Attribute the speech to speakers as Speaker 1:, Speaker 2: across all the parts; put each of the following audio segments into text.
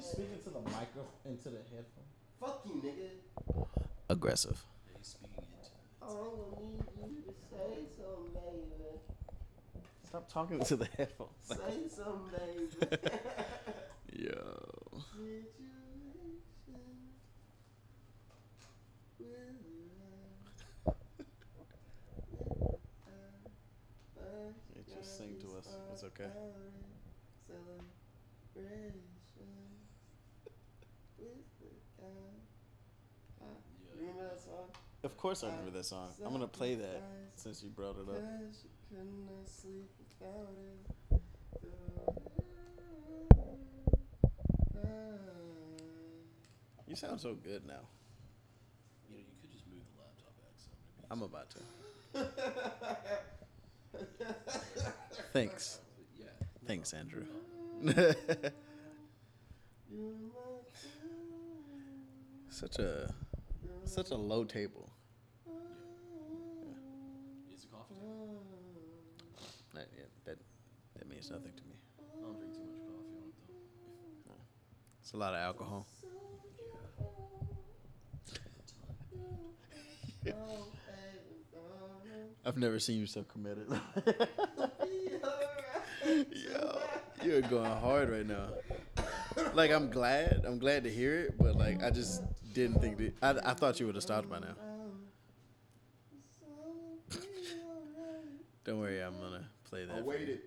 Speaker 1: Speaking to the micro, into the headphone.
Speaker 2: Fuck you, nigga.
Speaker 1: Aggressive.
Speaker 3: He's speaking into
Speaker 2: I don't need you to say something, baby.
Speaker 1: Stop talking into the headphones.
Speaker 2: Say something, baby.
Speaker 1: Yo.
Speaker 2: Situation will arrive.
Speaker 1: It just sing to us. It's okay.
Speaker 2: Celebration with the God. Uh,
Speaker 3: Yeah.
Speaker 2: Remember that song?
Speaker 1: Of course I remember that song. I'm gonna play that since you brought it up.
Speaker 2: Cause you could not sleep without it.
Speaker 1: You sound so good now.
Speaker 3: You know, you could just move the laptop back some.
Speaker 1: I'm about to. Thanks.
Speaker 3: yeah.
Speaker 1: Thanks, Andrew. such a such a low table.
Speaker 3: Is it coffee time?
Speaker 1: That, yeah, that that means nothing to me.
Speaker 3: I don't drink too much coffee on it though.
Speaker 1: It's a lot of alcohol.
Speaker 2: Oh,
Speaker 1: I've never seen you so committed. Yo, you're going hard right now. Like I'm glad, I'm glad to hear it, but like I just didn't think that. I, I thought you would have stopped by now. Don't worry, I'm gonna play that.
Speaker 2: I
Speaker 1: for you.
Speaker 2: waited.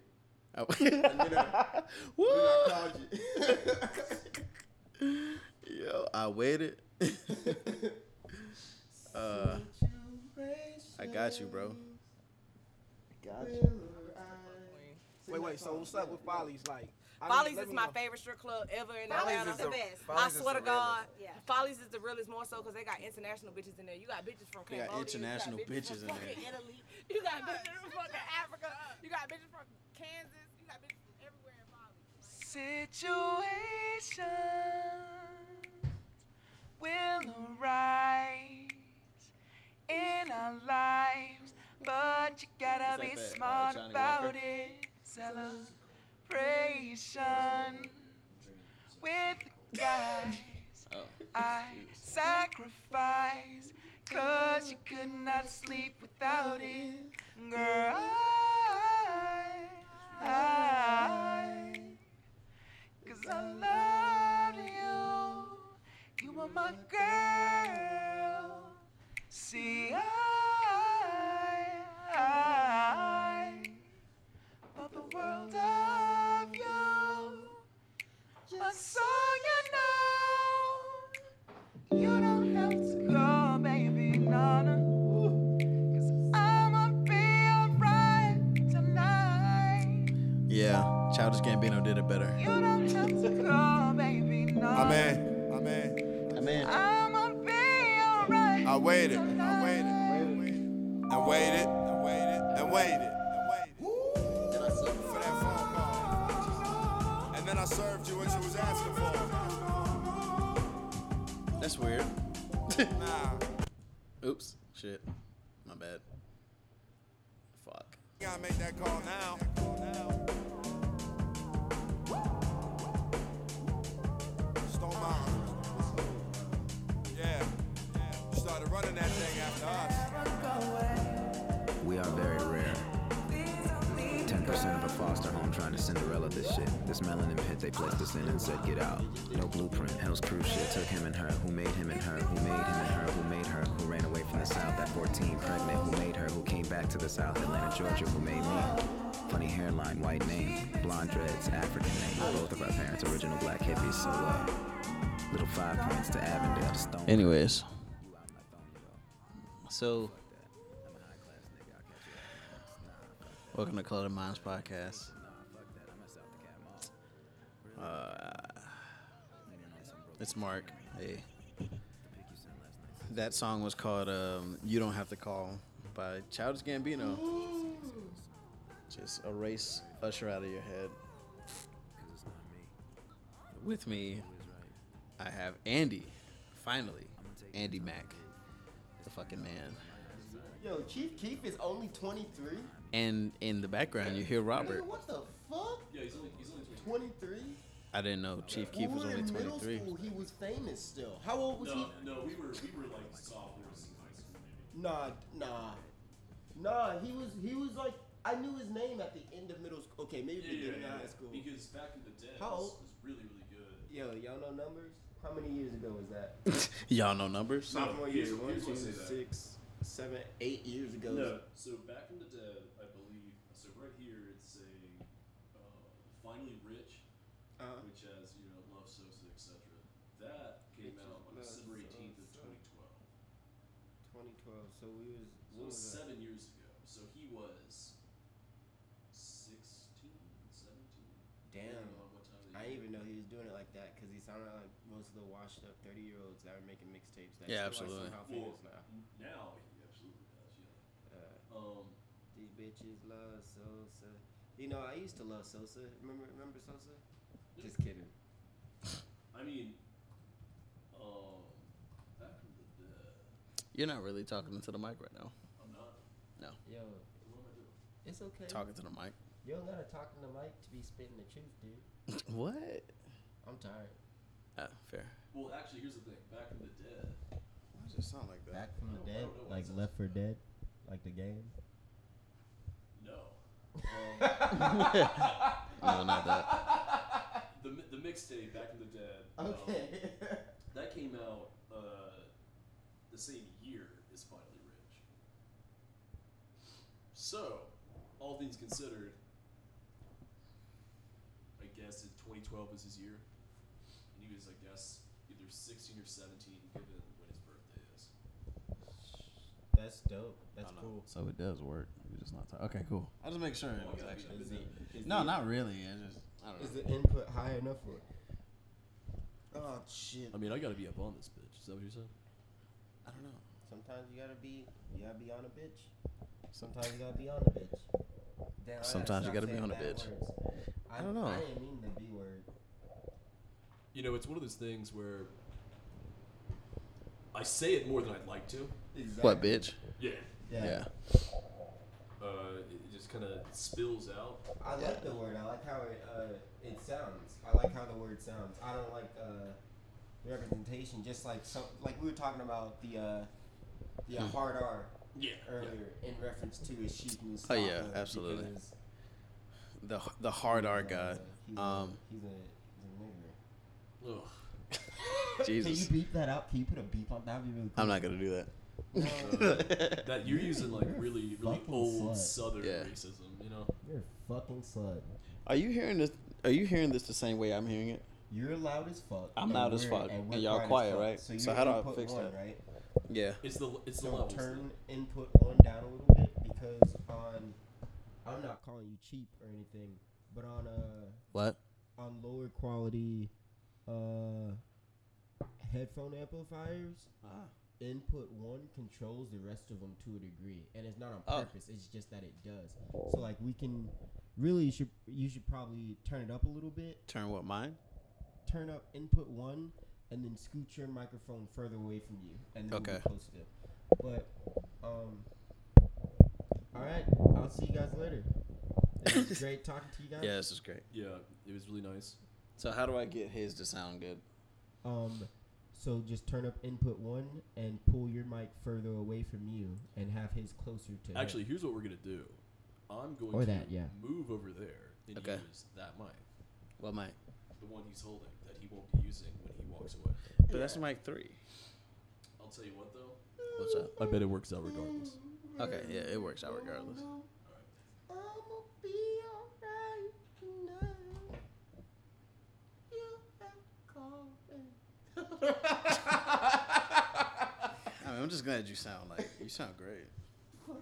Speaker 1: Oh.
Speaker 2: then I-
Speaker 1: Woo!
Speaker 2: Then I called you.
Speaker 1: Yo, I waited. uh, I got you, bro.
Speaker 2: Got
Speaker 4: Wait, wait. So what's up with Follies? Like, I mean,
Speaker 5: Follies
Speaker 4: let
Speaker 5: is
Speaker 4: me
Speaker 5: my
Speaker 4: know.
Speaker 5: favorite strip club ever in
Speaker 6: Follies
Speaker 5: Atlanta.
Speaker 6: is the best.
Speaker 5: I
Speaker 4: Follies is
Speaker 5: swear to
Speaker 4: the
Speaker 5: God,
Speaker 4: realest.
Speaker 6: Yeah.
Speaker 5: Follies is the realest more so because they got international bitches in there. You got bitches from
Speaker 1: They got
Speaker 5: Cambodia.
Speaker 1: international
Speaker 5: you got bitches,
Speaker 1: bitches in
Speaker 5: from fucking
Speaker 1: there.
Speaker 5: Italy. You got bitches from fucking Africa. You got bitches from Kansas. You got bitches from everywhere in Follies.
Speaker 7: Situations will arise in our lives, but you gotta be smart about it. Celebration with the guys. I sacrifice, cause you could not sleep without it. Girl, I, I, cause I love you. You are my girl. See, I, I, but the world of you. A song you know. You don't have to go, baby, no, no. Cause I'ma be alright tonight.
Speaker 1: Yeah, Childish Gambino did it better.
Speaker 7: You don't have to go, baby, no.
Speaker 8: Amen. Amen.
Speaker 1: I mean,
Speaker 7: I'ma be alright.
Speaker 8: I waited. I waited. And waited. And waited. And waited. And waited. For that phone call. And then I served you what you was asking for.
Speaker 1: that's weird.
Speaker 8: Nah.
Speaker 1: Oops, shit, my bad. Fuck.
Speaker 8: Gotta make that call now. Stone Mountain. Yeah. You started running that thing after us.
Speaker 9: We are very rare. 10% of a foster home trying to Cinderella this shit. This melanin pit they placed us in and said, get out. No blueprint. Hell's crew shit took him and her. Who made him and her? Who made him and her? Who made her? Who ran away from the South at 14? Pregnant. Who made her? Who came back to the South? Atlanta, Georgia. Who made me? Funny hairline, white name. Blonde dreads, African name. Both of our parents, original black hippies. So, uh, little five points to Avondale, to Stone.
Speaker 1: Anyways,
Speaker 9: You out my phone, you know.
Speaker 1: so
Speaker 9: That. I'm a high class nigga. I'll catch you at my house. Nah, fuck that.
Speaker 1: welcome to Clutter Minds podcast.
Speaker 9: Nah, fuck that. I'm at South the Cat Mall. Leaning Uh, on some broke
Speaker 1: It's Mark. Hey,
Speaker 9: pick you sent last night.
Speaker 1: that song was called um, "You Don't Have to Call" by Childish Gambino. Just erase Usher out of your head.
Speaker 9: Cause it's not me.
Speaker 1: With me,
Speaker 9: Who is right?
Speaker 1: I have Andy. Finally, Andy Mack, the fucking man.
Speaker 2: Yo, Chief Keef is only 23?
Speaker 1: And in the background, you hear Robert.
Speaker 2: Nigga, what the fuck?
Speaker 3: Yeah, he's only he's only 20.
Speaker 2: 23?
Speaker 1: I didn't know Chief Keef was
Speaker 6: we were
Speaker 1: only
Speaker 6: in middle
Speaker 1: 23.
Speaker 6: school. He was famous still. How old was
Speaker 10: No, no, we were we were like sophomores in high school.
Speaker 6: he?
Speaker 10: Maybe.
Speaker 6: Nah, nah, nah. He was he was like I knew his name at the end of middle school. Okay, maybe
Speaker 10: Yeah, yeah,
Speaker 6: beginning
Speaker 10: yeah,
Speaker 6: of high
Speaker 10: yeah.
Speaker 6: school.
Speaker 10: Because back in the day,
Speaker 6: How
Speaker 10: this
Speaker 6: old?
Speaker 10: was really really good.
Speaker 6: Yo, y'all know numbers? How many years ago was that?
Speaker 1: Y'all know numbers?
Speaker 6: Sophomore
Speaker 10: here's-
Speaker 6: year, one,
Speaker 10: here's
Speaker 6: two,
Speaker 10: why I say that.
Speaker 6: six, seven, eight years ago.
Speaker 10: No, so back in the day, I believe. So right here, it's saying uh, finally rich,
Speaker 6: Uh,
Speaker 10: which has you know love Sosa, etc. That came out on
Speaker 6: Love
Speaker 10: December 18th of
Speaker 6: Sosa.
Speaker 10: 2012.
Speaker 6: 2012. So we was. what
Speaker 10: So that was
Speaker 6: was that?
Speaker 10: seven years ago. So he was 16, 17.
Speaker 6: Damn.
Speaker 10: I don't know what time of the
Speaker 6: I didn't
Speaker 10: year.
Speaker 6: even know he was doing it like that because he sounded like most of the washed up 30 year olds that were making mixtapes. That
Speaker 1: Yeah,
Speaker 6: still
Speaker 1: absolutely.
Speaker 6: Are somehow
Speaker 10: Well,
Speaker 6: famous now.
Speaker 10: now he absolutely does.
Speaker 6: Uh,
Speaker 10: Yeah. Um,
Speaker 6: these bitches love Sosa. You know, I used to love Sosa. Remember, remember Sosa? Just kidding.
Speaker 10: I mean, um, back in the day,
Speaker 1: You're not really talking into the mic right now.
Speaker 10: I'm not.
Speaker 6: Yo,
Speaker 10: What am I doing?
Speaker 6: it's okay.
Speaker 1: Talking to the mic.
Speaker 6: You don't gotta talk in the mic to be spitting the truth, dude.
Speaker 1: What?
Speaker 6: I'm tired.
Speaker 1: Ah, fair.
Speaker 10: Well, actually, here's the thing. Back in the day,
Speaker 1: Why does it sound like
Speaker 6: Back from
Speaker 10: the
Speaker 6: the
Speaker 10: Oh, dead,
Speaker 6: dead,
Speaker 10: oh, oh,
Speaker 6: like
Speaker 10: like
Speaker 6: Left
Speaker 10: it's- Left
Speaker 6: for
Speaker 10: 4
Speaker 6: Dead, like the game.
Speaker 10: no. Um,
Speaker 1: no, not that.
Speaker 10: the mi- the mixtape back in the day. um,
Speaker 1: Oh.
Speaker 6: Okay.
Speaker 10: that came out uh, the same year as Finally Rich. So, all things considered, I guess in 2012 was his year, and he was, I guess, either 16 or 17, given when his birthday is.
Speaker 6: That's dope. That's
Speaker 1: I don't
Speaker 6: cool.
Speaker 1: know. So it does work. We're just not talking. Okay, cool. I'll just make sure it
Speaker 10: Oh,
Speaker 1: was
Speaker 10: yeah,
Speaker 1: actually.
Speaker 6: Is the, is
Speaker 1: No,
Speaker 6: the,
Speaker 1: not really. It's just, I don't know.
Speaker 6: Is the input high enough for it? Oh shit.
Speaker 10: mean, I gotta be up on this bitch. Is that what you said?
Speaker 1: I don't know.
Speaker 6: Sometimes you gotta be, you gotta be on a bitch. Sometimes you gotta be on a bitch. Damn, I gotta
Speaker 1: Sometimes you
Speaker 6: stop
Speaker 1: gotta be
Speaker 6: saying
Speaker 1: on a
Speaker 6: bad
Speaker 1: bitch.
Speaker 6: words. I,
Speaker 1: don't know.
Speaker 6: I didn't mean the B word.
Speaker 10: You know, it's one of those things where I say it more than I'd like to.
Speaker 1: What, bitch?
Speaker 10: Yeah.
Speaker 6: Yeah.
Speaker 1: Yeah.
Speaker 10: Uh, it it just kind of spills out.
Speaker 6: I like the word. I like how it uh, it sounds. I like how the word sounds. I don't like uh, representation. Just like some, like we were talking about the uh, the
Speaker 1: Hmm.
Speaker 6: uh, hard R
Speaker 10: Yeah.
Speaker 6: earlier in reference to his sheep
Speaker 1: Oh,
Speaker 6: Mustafa.
Speaker 1: yeah, absolutely.
Speaker 6: because
Speaker 1: The the hard R
Speaker 6: he's,
Speaker 1: god.
Speaker 6: he's
Speaker 1: Um,
Speaker 6: a, he's a he's a
Speaker 10: Ugh.
Speaker 6: nigger.
Speaker 1: Jesus.
Speaker 6: Can you beep that up? Can you put a beep on that? That'd be really cool.
Speaker 1: I'm not gonna do that.
Speaker 10: That you're
Speaker 6: You're-
Speaker 10: using like
Speaker 6: you're a
Speaker 10: really, really
Speaker 6: fucking
Speaker 10: old
Speaker 6: slut.
Speaker 10: Southern
Speaker 1: Yeah.
Speaker 10: racism, you know?
Speaker 6: You're a fucking slut.
Speaker 1: Are you hearing this? Are you hearing this the same way I'm hearing it?
Speaker 6: You're loud as fuck.
Speaker 1: I'm
Speaker 6: and
Speaker 1: loud as
Speaker 6: we're-
Speaker 1: fuck,
Speaker 6: we're
Speaker 1: and y'all
Speaker 6: quiet as
Speaker 1: quiet,
Speaker 6: fuck.
Speaker 1: right?
Speaker 6: So,
Speaker 1: So
Speaker 6: you're
Speaker 1: how do I
Speaker 6: input
Speaker 1: fix
Speaker 6: one,
Speaker 1: that?
Speaker 6: Right?
Speaker 1: Yeah.
Speaker 10: It's the it's the
Speaker 6: So
Speaker 10: levels.
Speaker 6: turn input one down a little bit because on I'm not calling you cheap or anything, but on uh
Speaker 1: What?
Speaker 6: on lower quality uh headphone amplifiers,
Speaker 1: Ah.
Speaker 6: input one controls the rest of them to a degree, and it's not on
Speaker 1: Oh.
Speaker 6: purpose. It's just that it does. So like we can really you should you should probably turn it up a little bit,
Speaker 1: Turn what? Mine?
Speaker 6: turn up input one, and then scoot your microphone further away from you, and then
Speaker 1: Okay.
Speaker 6: we'll be close to it. But um, all right, I'll see you guys later. It was great talking to you guys.
Speaker 1: Yeah, this is great.
Speaker 10: Yeah, it was really nice.
Speaker 1: So how do I get his to sound good?
Speaker 6: Um, so just turn up input one and pull your mic further away from you, and have his closer to. him.
Speaker 10: Actually, here's what we're gonna do. I'm going
Speaker 6: Or
Speaker 10: to
Speaker 6: that, yeah.
Speaker 10: move over there and
Speaker 1: Okay.
Speaker 10: use that mic,
Speaker 1: What mic?
Speaker 10: the one he's holding that he won't be using when he walks away.
Speaker 1: But that's mic three.
Speaker 10: I'll tell you what though.
Speaker 1: What's up?
Speaker 10: I bet it works out regardless.
Speaker 1: Okay, yeah, it works out regardless.
Speaker 11: I'ma be alright tonight. You have called me.
Speaker 1: I mean, I'm just glad you sound like you sound great.
Speaker 6: Can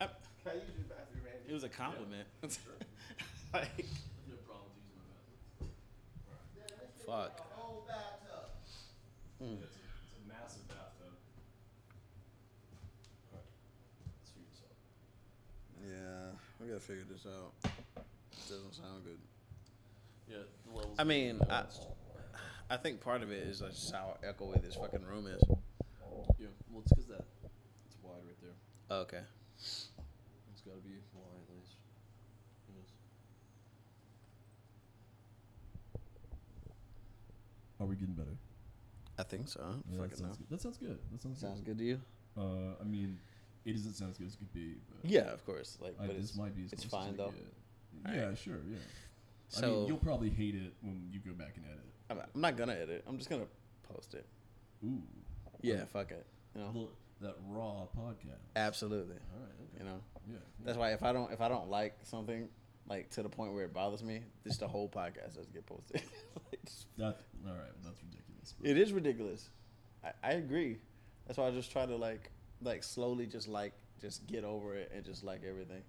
Speaker 6: I use your bathroom, man?
Speaker 1: It was a compliment. like,
Speaker 10: No problem to use my bathroom.
Speaker 1: fuck.
Speaker 10: It's a, it's a massive bathtub. Alright. Let's figure this out.
Speaker 1: Yeah, we gotta figure this out. This doesn't sound good.
Speaker 10: Yeah, the levels.
Speaker 1: I
Speaker 10: are
Speaker 1: mean, I,
Speaker 10: balanced.
Speaker 1: I think part of it is just how echoey this fucking room is.
Speaker 10: yeah. Well, it's because that it's wide right there.
Speaker 1: Oh, Okay.
Speaker 10: It's got to be wide at least. Yes. getting better.
Speaker 1: I think so. I don't
Speaker 10: Yeah, that,
Speaker 1: fucking know.
Speaker 10: sounds good. that sounds good. That sounds
Speaker 1: Sounds good
Speaker 10: good.
Speaker 1: to you?
Speaker 10: Uh, I mean, it doesn't sound as good as it could be. But
Speaker 1: Yeah, of course. Like,
Speaker 10: I,
Speaker 1: but
Speaker 10: this
Speaker 1: it's,
Speaker 10: might be as
Speaker 1: it's
Speaker 10: close as
Speaker 1: fine
Speaker 10: I
Speaker 1: though.
Speaker 10: get. Yeah, sure. Yeah. I
Speaker 1: So-
Speaker 10: mean, you'll probably hate it when you go back and edit.
Speaker 1: I'm, I'm not gonna edit. I'm just gonna post it.
Speaker 10: Ooh,
Speaker 1: Yeah, fuck it. You know,
Speaker 10: look, that raw podcast.
Speaker 1: absolutely.
Speaker 10: All right. Okay.
Speaker 1: You know,
Speaker 10: Yeah.
Speaker 1: that's why if I don't if I don't like something like to the point where it bothers me, just the whole podcast doesn't get posted. Like, just-
Speaker 10: That. All right. That's ridiculous. but-
Speaker 1: it is ridiculous. I, I agree. That's why I just try to like like slowly just like just get over it and just like everything.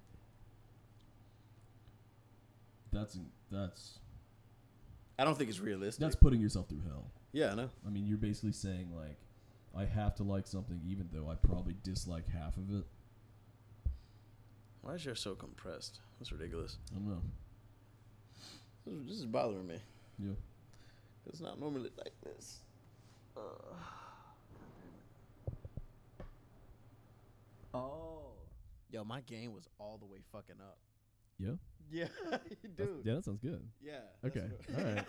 Speaker 10: That's in- that's
Speaker 1: I don't think it's realistic.
Speaker 10: that's putting yourself through hell.
Speaker 1: yeah, I know.
Speaker 10: I mean, you're basically saying like, I have to like something even though I probably dislike half of it.
Speaker 1: Why is your so compressed? That's ridiculous.
Speaker 10: I don't know.
Speaker 1: This is, this is bothering me.
Speaker 10: Yeah.
Speaker 1: It's not normally like this. Uh, oh. Yo, my game was all the way fucking up.
Speaker 10: Yeah.
Speaker 1: Yeah,
Speaker 10: That's-
Speaker 1: dude.
Speaker 10: yeah, that sounds good.
Speaker 1: Yeah. that's
Speaker 10: Okay.
Speaker 1: what-
Speaker 10: All right.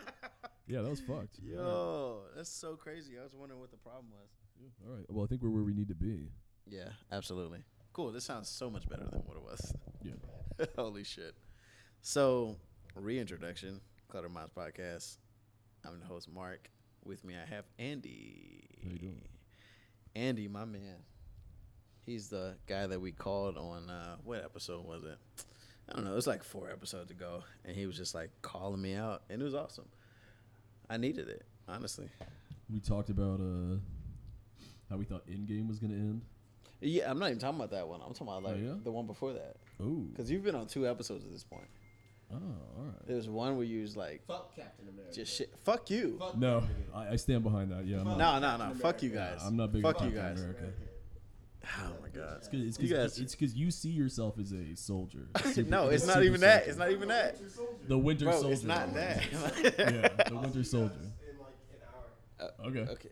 Speaker 10: Yeah, that was fucked. All right.
Speaker 1: Yo, that's so crazy. I was wondering what the problem was.
Speaker 10: Yeah, All right. Well, I think we're where we need to be.
Speaker 1: Yeah, absolutely. Cool. This sounds so much better than what it was.
Speaker 10: Yeah.
Speaker 1: Holy shit. So, reintroduction, Clutter Minds Podcast. I'm the host, Mark. With me, I have Andy.
Speaker 10: How you doing?
Speaker 1: Andy, my man. He's the guy that we called on, uh, what episode was it? I don't know. It was like four episodes ago. And he was just like calling me out. And it was awesome. I needed it, honestly.
Speaker 10: We talked about uh how we thought Endgame was gonna end.
Speaker 1: Yeah, I'm not even talking about that one. I'm talking about like
Speaker 10: Oh, yeah?
Speaker 1: the one before that.
Speaker 10: Oh.
Speaker 1: Because you've been on two episodes at this point.
Speaker 10: Oh. All right.
Speaker 1: There's one where you was like,
Speaker 6: Fuck Captain America.
Speaker 1: just shit. Fuck you.
Speaker 6: Fuck
Speaker 10: No,
Speaker 6: Captain America.
Speaker 10: I, I stand behind that. Yeah. I'm
Speaker 6: Fuck.
Speaker 10: not,
Speaker 1: No, no, no.
Speaker 6: Captain
Speaker 1: Fuck you
Speaker 10: yeah,
Speaker 1: guys.
Speaker 10: I'm not big. on
Speaker 1: Fuck you
Speaker 10: Captain
Speaker 1: guys.
Speaker 10: America.
Speaker 1: Oh my god.
Speaker 10: It's 'cause- It's
Speaker 1: You guys-
Speaker 10: because it's 'cause you see yourself as a soldier. a super-
Speaker 1: No,
Speaker 10: a
Speaker 1: it's not
Speaker 10: super
Speaker 1: even that.
Speaker 10: soldier.
Speaker 1: It's not even that.
Speaker 10: the Winter
Speaker 1: Bro,
Speaker 10: Soldier.
Speaker 1: it's not that.
Speaker 10: yeah, the
Speaker 6: I'll
Speaker 10: Winter
Speaker 6: see you guys
Speaker 10: Soldier.
Speaker 6: In like an hour.
Speaker 10: Okay.
Speaker 1: Uh, Okay.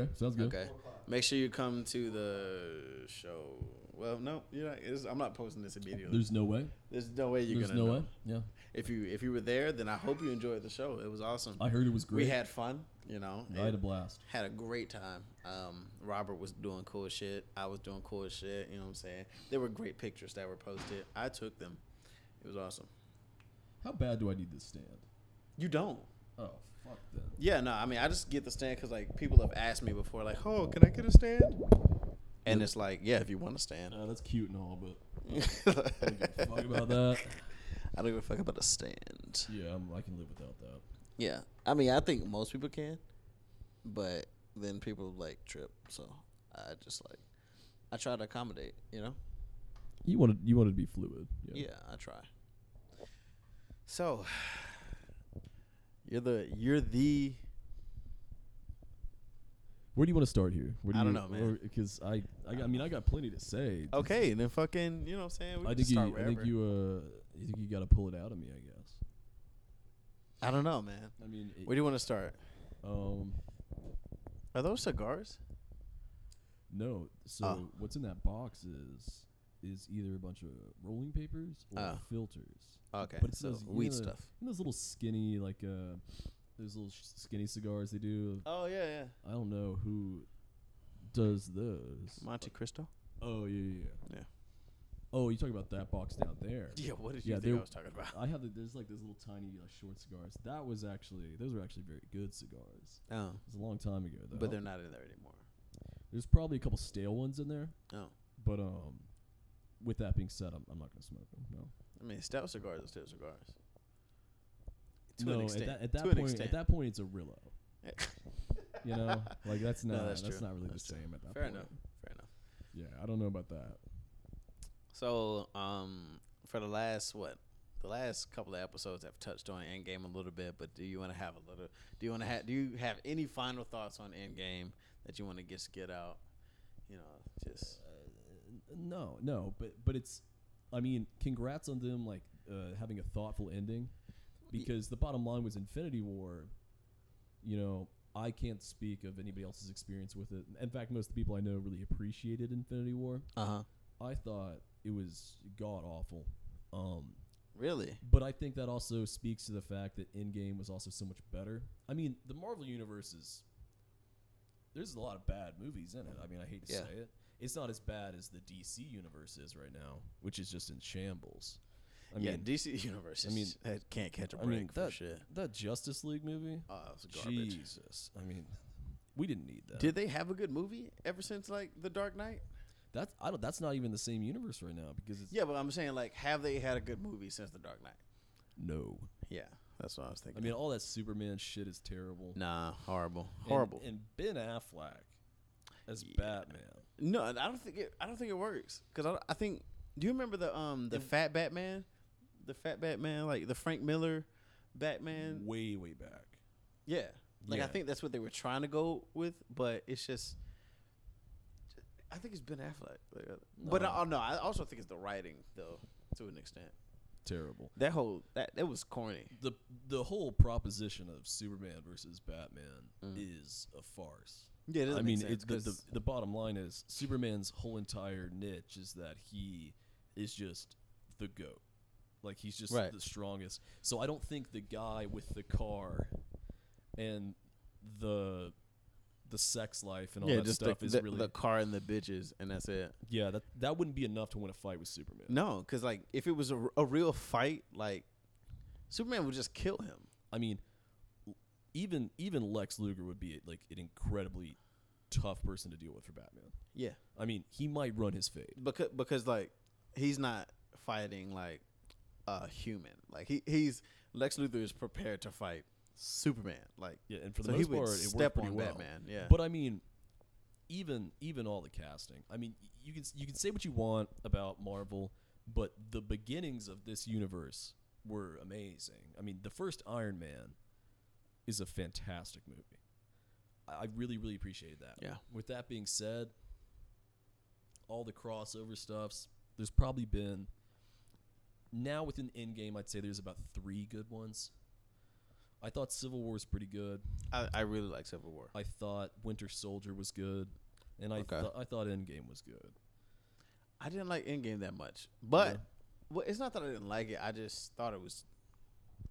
Speaker 10: Okay. Sounds good.
Speaker 1: Okay. Make sure you come to the show. Well, no, you're not. It's, I'm not posting this immediately.
Speaker 10: There's no way.
Speaker 1: There's no way you're
Speaker 10: There's
Speaker 1: gonna
Speaker 10: no
Speaker 1: know.
Speaker 10: way. Yeah.
Speaker 1: If you if you were there, then I hope you enjoyed the show. It was awesome.
Speaker 10: I heard it was great.
Speaker 1: We had fun. You know,
Speaker 10: I had a blast.
Speaker 1: had a great time. Um, Robert was doing cool shit. I was doing cool shit. You know what I'm saying? There were great pictures that were posted. I took them. It was awesome.
Speaker 10: How bad do I need this stand?
Speaker 1: You don't.
Speaker 10: Oh, fuck that.
Speaker 1: Yeah, no. I mean, I just get the stand because like people have asked me before, like, "Oh, can I get a stand?" And it's like, yeah, if you want a stand.
Speaker 10: Uh, that's cute and all, but fuck
Speaker 1: I
Speaker 10: about that.
Speaker 1: don't give a fuck about a stand.
Speaker 10: Yeah, I'm, I can live without that.
Speaker 1: Yeah, I mean, I think most people can, but then people like trip. So I just like, I try to accommodate. You know.
Speaker 10: You wanted you wanted to be fluid.
Speaker 1: Yeah, I try. So you're the you're the
Speaker 10: Where do you want to start here? Where do
Speaker 1: I
Speaker 10: you,
Speaker 1: don't know, man.
Speaker 10: Because I, I, got- I mean, I got plenty to say.
Speaker 1: okay. Then fucking, you know what I'm saying?
Speaker 10: I
Speaker 1: can
Speaker 10: think you,
Speaker 1: start
Speaker 10: I think
Speaker 1: wherever.
Speaker 10: you, uh, I think you got to pull it out of me. I guess.
Speaker 1: I don't know, man.
Speaker 10: I mean, it-
Speaker 1: Where do you want to start?
Speaker 10: um,
Speaker 1: Are those cigars?
Speaker 10: no. So
Speaker 1: Oh.
Speaker 10: what's in that box is is either a bunch of rolling papers or
Speaker 1: Oh.
Speaker 10: filters.
Speaker 1: Okay,
Speaker 10: But it's
Speaker 1: so
Speaker 10: those you
Speaker 1: weed
Speaker 10: know,
Speaker 1: stuff.
Speaker 10: you know those little skinny, like uh, those little sh- skinny cigars they do.
Speaker 1: Oh yeah, yeah.
Speaker 10: I don't know who does those.
Speaker 1: Monte Cristo.
Speaker 10: oh yeah, yeah, yeah.
Speaker 1: Yeah.
Speaker 10: Oh, you talking about that box down there?
Speaker 1: Yeah. What did
Speaker 10: you
Speaker 1: you think I
Speaker 10: Yeah, think I they're-
Speaker 1: was
Speaker 10: was
Speaker 1: talking about?
Speaker 10: I have the, there's like those little tiny uh, short cigars. That was actually those were actually very good cigars.
Speaker 1: Oh,
Speaker 10: It was a long time ago though.
Speaker 1: but they're not in there anymore.
Speaker 10: there's probably a couple stale ones in there.
Speaker 1: Oh,
Speaker 10: But um, with that being said, I'm, I'm not gonna smoke them. No.
Speaker 1: I mean, stout cigars are still cigars. To
Speaker 10: no.
Speaker 1: an extent.
Speaker 10: At that, at that
Speaker 1: to
Speaker 10: point,
Speaker 1: an extent.
Speaker 10: at that point, it's a Rillo. You know, like that's
Speaker 1: No,
Speaker 10: not
Speaker 1: that's
Speaker 10: that's,
Speaker 1: true.
Speaker 10: not really
Speaker 1: That's
Speaker 10: the
Speaker 1: true.
Speaker 10: same at that
Speaker 1: Fair
Speaker 10: point.
Speaker 1: enough. Fair enough.
Speaker 10: Yeah, I don't know about that.
Speaker 1: So, um, for the last what, the last couple of episodes, I've touched on Endgame a little bit. But do you want to have a little? Do you want to have? Do you have any final thoughts on Endgame that you want to just get out? You know, just
Speaker 10: No, no, but but it's, I mean, congrats on them like uh, having a thoughtful ending, because the bottom line was Infinity War. You know, I can't speak of anybody else's experience with it. In fact, most of the people I know really
Speaker 1: Uh-huh.
Speaker 10: appreciated Infinity War.
Speaker 1: uh huh.
Speaker 10: I thought it was god awful. Um,
Speaker 1: Really?
Speaker 10: But I think that also speaks to the fact that Endgame was also so much better. I mean, the Marvel universe is there's a lot of bad movies in it. I mean, I hate to
Speaker 1: Yeah.
Speaker 10: say it. It's not as bad as the DC universe is right now, which is just in shambles. I
Speaker 1: yeah,
Speaker 10: mean,
Speaker 1: DC universe. Is, I mean, it can't catch a
Speaker 10: I
Speaker 1: break
Speaker 10: mean,
Speaker 1: for
Speaker 10: that,
Speaker 1: shit.
Speaker 10: that Justice League movie.
Speaker 1: Oh, it was garbage.
Speaker 10: Jesus, I mean, we didn't need that.
Speaker 1: Did they have a good movie ever since like The Dark Knight?
Speaker 10: That's I don't. That's not even the same universe right now because it's
Speaker 1: Yeah, but I'm saying like, have they had a good movie since The Dark Knight?
Speaker 10: no.
Speaker 1: Yeah, that's what I was
Speaker 10: I
Speaker 1: thinking.
Speaker 10: mean, all that Superman shit is terrible.
Speaker 1: nah, horrible,
Speaker 10: And-
Speaker 1: horrible.
Speaker 10: And, Ben Affleck as Batman.
Speaker 1: no, I don't think it. I don't think it works because I, I think. Do you remember the um the Fat Batman, the Fat Batman like the Frank Miller Batman?
Speaker 10: Way way back.
Speaker 1: Yeah. Like I
Speaker 10: Yeah.
Speaker 1: think that's what they were trying to go with, but it's just I think it's Ben Affleck. Like, uh, But
Speaker 10: No.
Speaker 1: I, oh, no, I also think it's the writing though, to an extent.
Speaker 10: Terrible.
Speaker 1: That whole that that was corny.
Speaker 10: The the whole proposition of Superman versus Batman is a farce.
Speaker 1: Yeah, Mm. it doesn't
Speaker 10: I
Speaker 1: make
Speaker 10: mean,
Speaker 1: sense
Speaker 10: it's the, the
Speaker 1: 'cause-
Speaker 10: the bottom line is Superman's whole entire niche is that he is just the goat. Like he's just
Speaker 1: Right.
Speaker 10: the strongest. So I don't think the guy with the car and the the sex life and all that stuff is really
Speaker 1: car and the bitches and that's it.
Speaker 10: yeah that that wouldn't be enough to win a fight with Superman.
Speaker 1: No, cuz like if it was a, r- a real fight, like Superman would just kill him.
Speaker 10: I mean, l- even even Lex Luger would be like an incredibly tough person to deal with for Batman.
Speaker 1: Yeah.
Speaker 10: I mean, he might run his fade.
Speaker 1: Because because like he's not fighting like a human. Like he he's Lex Luthor is prepared to fight Superman. Like
Speaker 10: Yeah, and for
Speaker 1: So
Speaker 10: the
Speaker 1: he
Speaker 10: most
Speaker 1: would
Speaker 10: part, it
Speaker 1: step
Speaker 10: worked pretty
Speaker 1: on
Speaker 10: well.
Speaker 1: Batman, yeah.
Speaker 10: but I mean, even even all the casting. I mean, y- you can s- you can say what you want about Marvel, but the beginnings of this universe were amazing. I mean, the first Iron Man is a fantastic movie. I, I really really appreciate that.
Speaker 1: Yeah.
Speaker 10: With that being said, all the crossover stuffs. There's probably been now within Endgame, I'd say there's about three good ones. I thought Civil War was pretty good.
Speaker 1: I, I really like Civil War.
Speaker 10: I thought Winter Soldier was good, and I
Speaker 1: Okay.
Speaker 10: thought I thought Endgame was good.
Speaker 1: I didn't like Endgame that much, but well, it's not that I didn't like it. I just thought it was,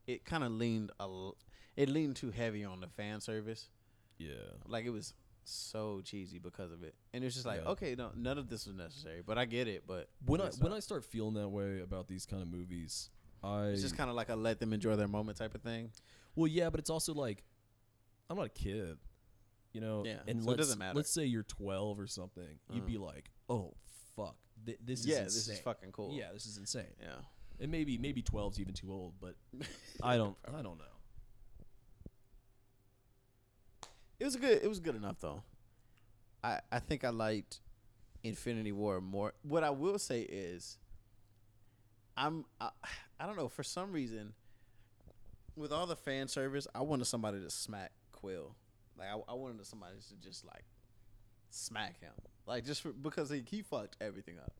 Speaker 1: it kind of leaned a, l- it leaned too heavy on the fan service.
Speaker 10: Yeah,
Speaker 1: Like it was so cheesy because of it, and it's just like,
Speaker 10: Yeah.
Speaker 1: okay, no, none of this was necessary. But I get it. But
Speaker 10: when I
Speaker 1: it's
Speaker 10: when
Speaker 1: not.
Speaker 10: I start feeling that way about these kind of movies, I
Speaker 1: it's just kind of like I let them enjoy their moment type of thing.
Speaker 10: well, yeah, but it's also like I'm not a kid, you know.
Speaker 1: Yeah,
Speaker 10: and
Speaker 1: so it
Speaker 10: let's,
Speaker 1: doesn't matter. Mm-hmm.
Speaker 10: Let's say you're 12 or something, you'd be like, oh fuck, th- this is
Speaker 1: yeah,
Speaker 10: insane.
Speaker 1: this is fucking cool.
Speaker 10: Yeah, this is insane.
Speaker 1: yeah.
Speaker 10: And maybe maybe 12's even too old, but I don't I don't know.
Speaker 1: It was good. It was good enough though. I I think I liked Infinity War more. What I will say is, I'm I, I don't know for some reason, with all the fan service, I wanted somebody to smack Quill. Like I, I wanted somebody to just like smack him, like just for, because he he fucked everything up.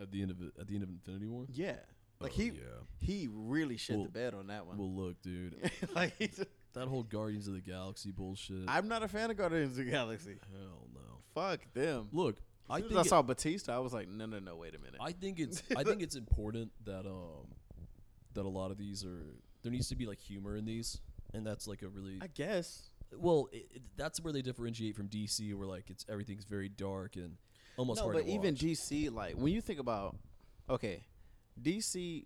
Speaker 10: At the end of it, at the end of Infinity War.
Speaker 1: Yeah, like
Speaker 10: Oh,
Speaker 1: he
Speaker 10: yeah.
Speaker 1: he really shit
Speaker 10: Well-
Speaker 1: the bed on that one.
Speaker 10: Well, look, dude,
Speaker 1: like he's,
Speaker 10: that whole Guardians of the Galaxy bullshit.
Speaker 1: I'm not a fan of Guardians of the Galaxy.
Speaker 10: Hell no.
Speaker 1: Fuck them.
Speaker 10: Look,
Speaker 1: As
Speaker 10: I
Speaker 1: soon
Speaker 10: think
Speaker 1: as I
Speaker 10: it-
Speaker 1: saw Batista, I was like, no, no, no, wait a minute.
Speaker 10: I think it's I think it's important that um that a lot of these are there needs to be like humor in these, and that's like a really
Speaker 1: I guess.
Speaker 10: well it, it, that's where they differentiate from DC, where like it's everything's very dark and almost
Speaker 1: No,
Speaker 10: hard
Speaker 1: but
Speaker 10: to
Speaker 1: even
Speaker 10: watch.
Speaker 1: DC, like when you think about, okay, DC, th-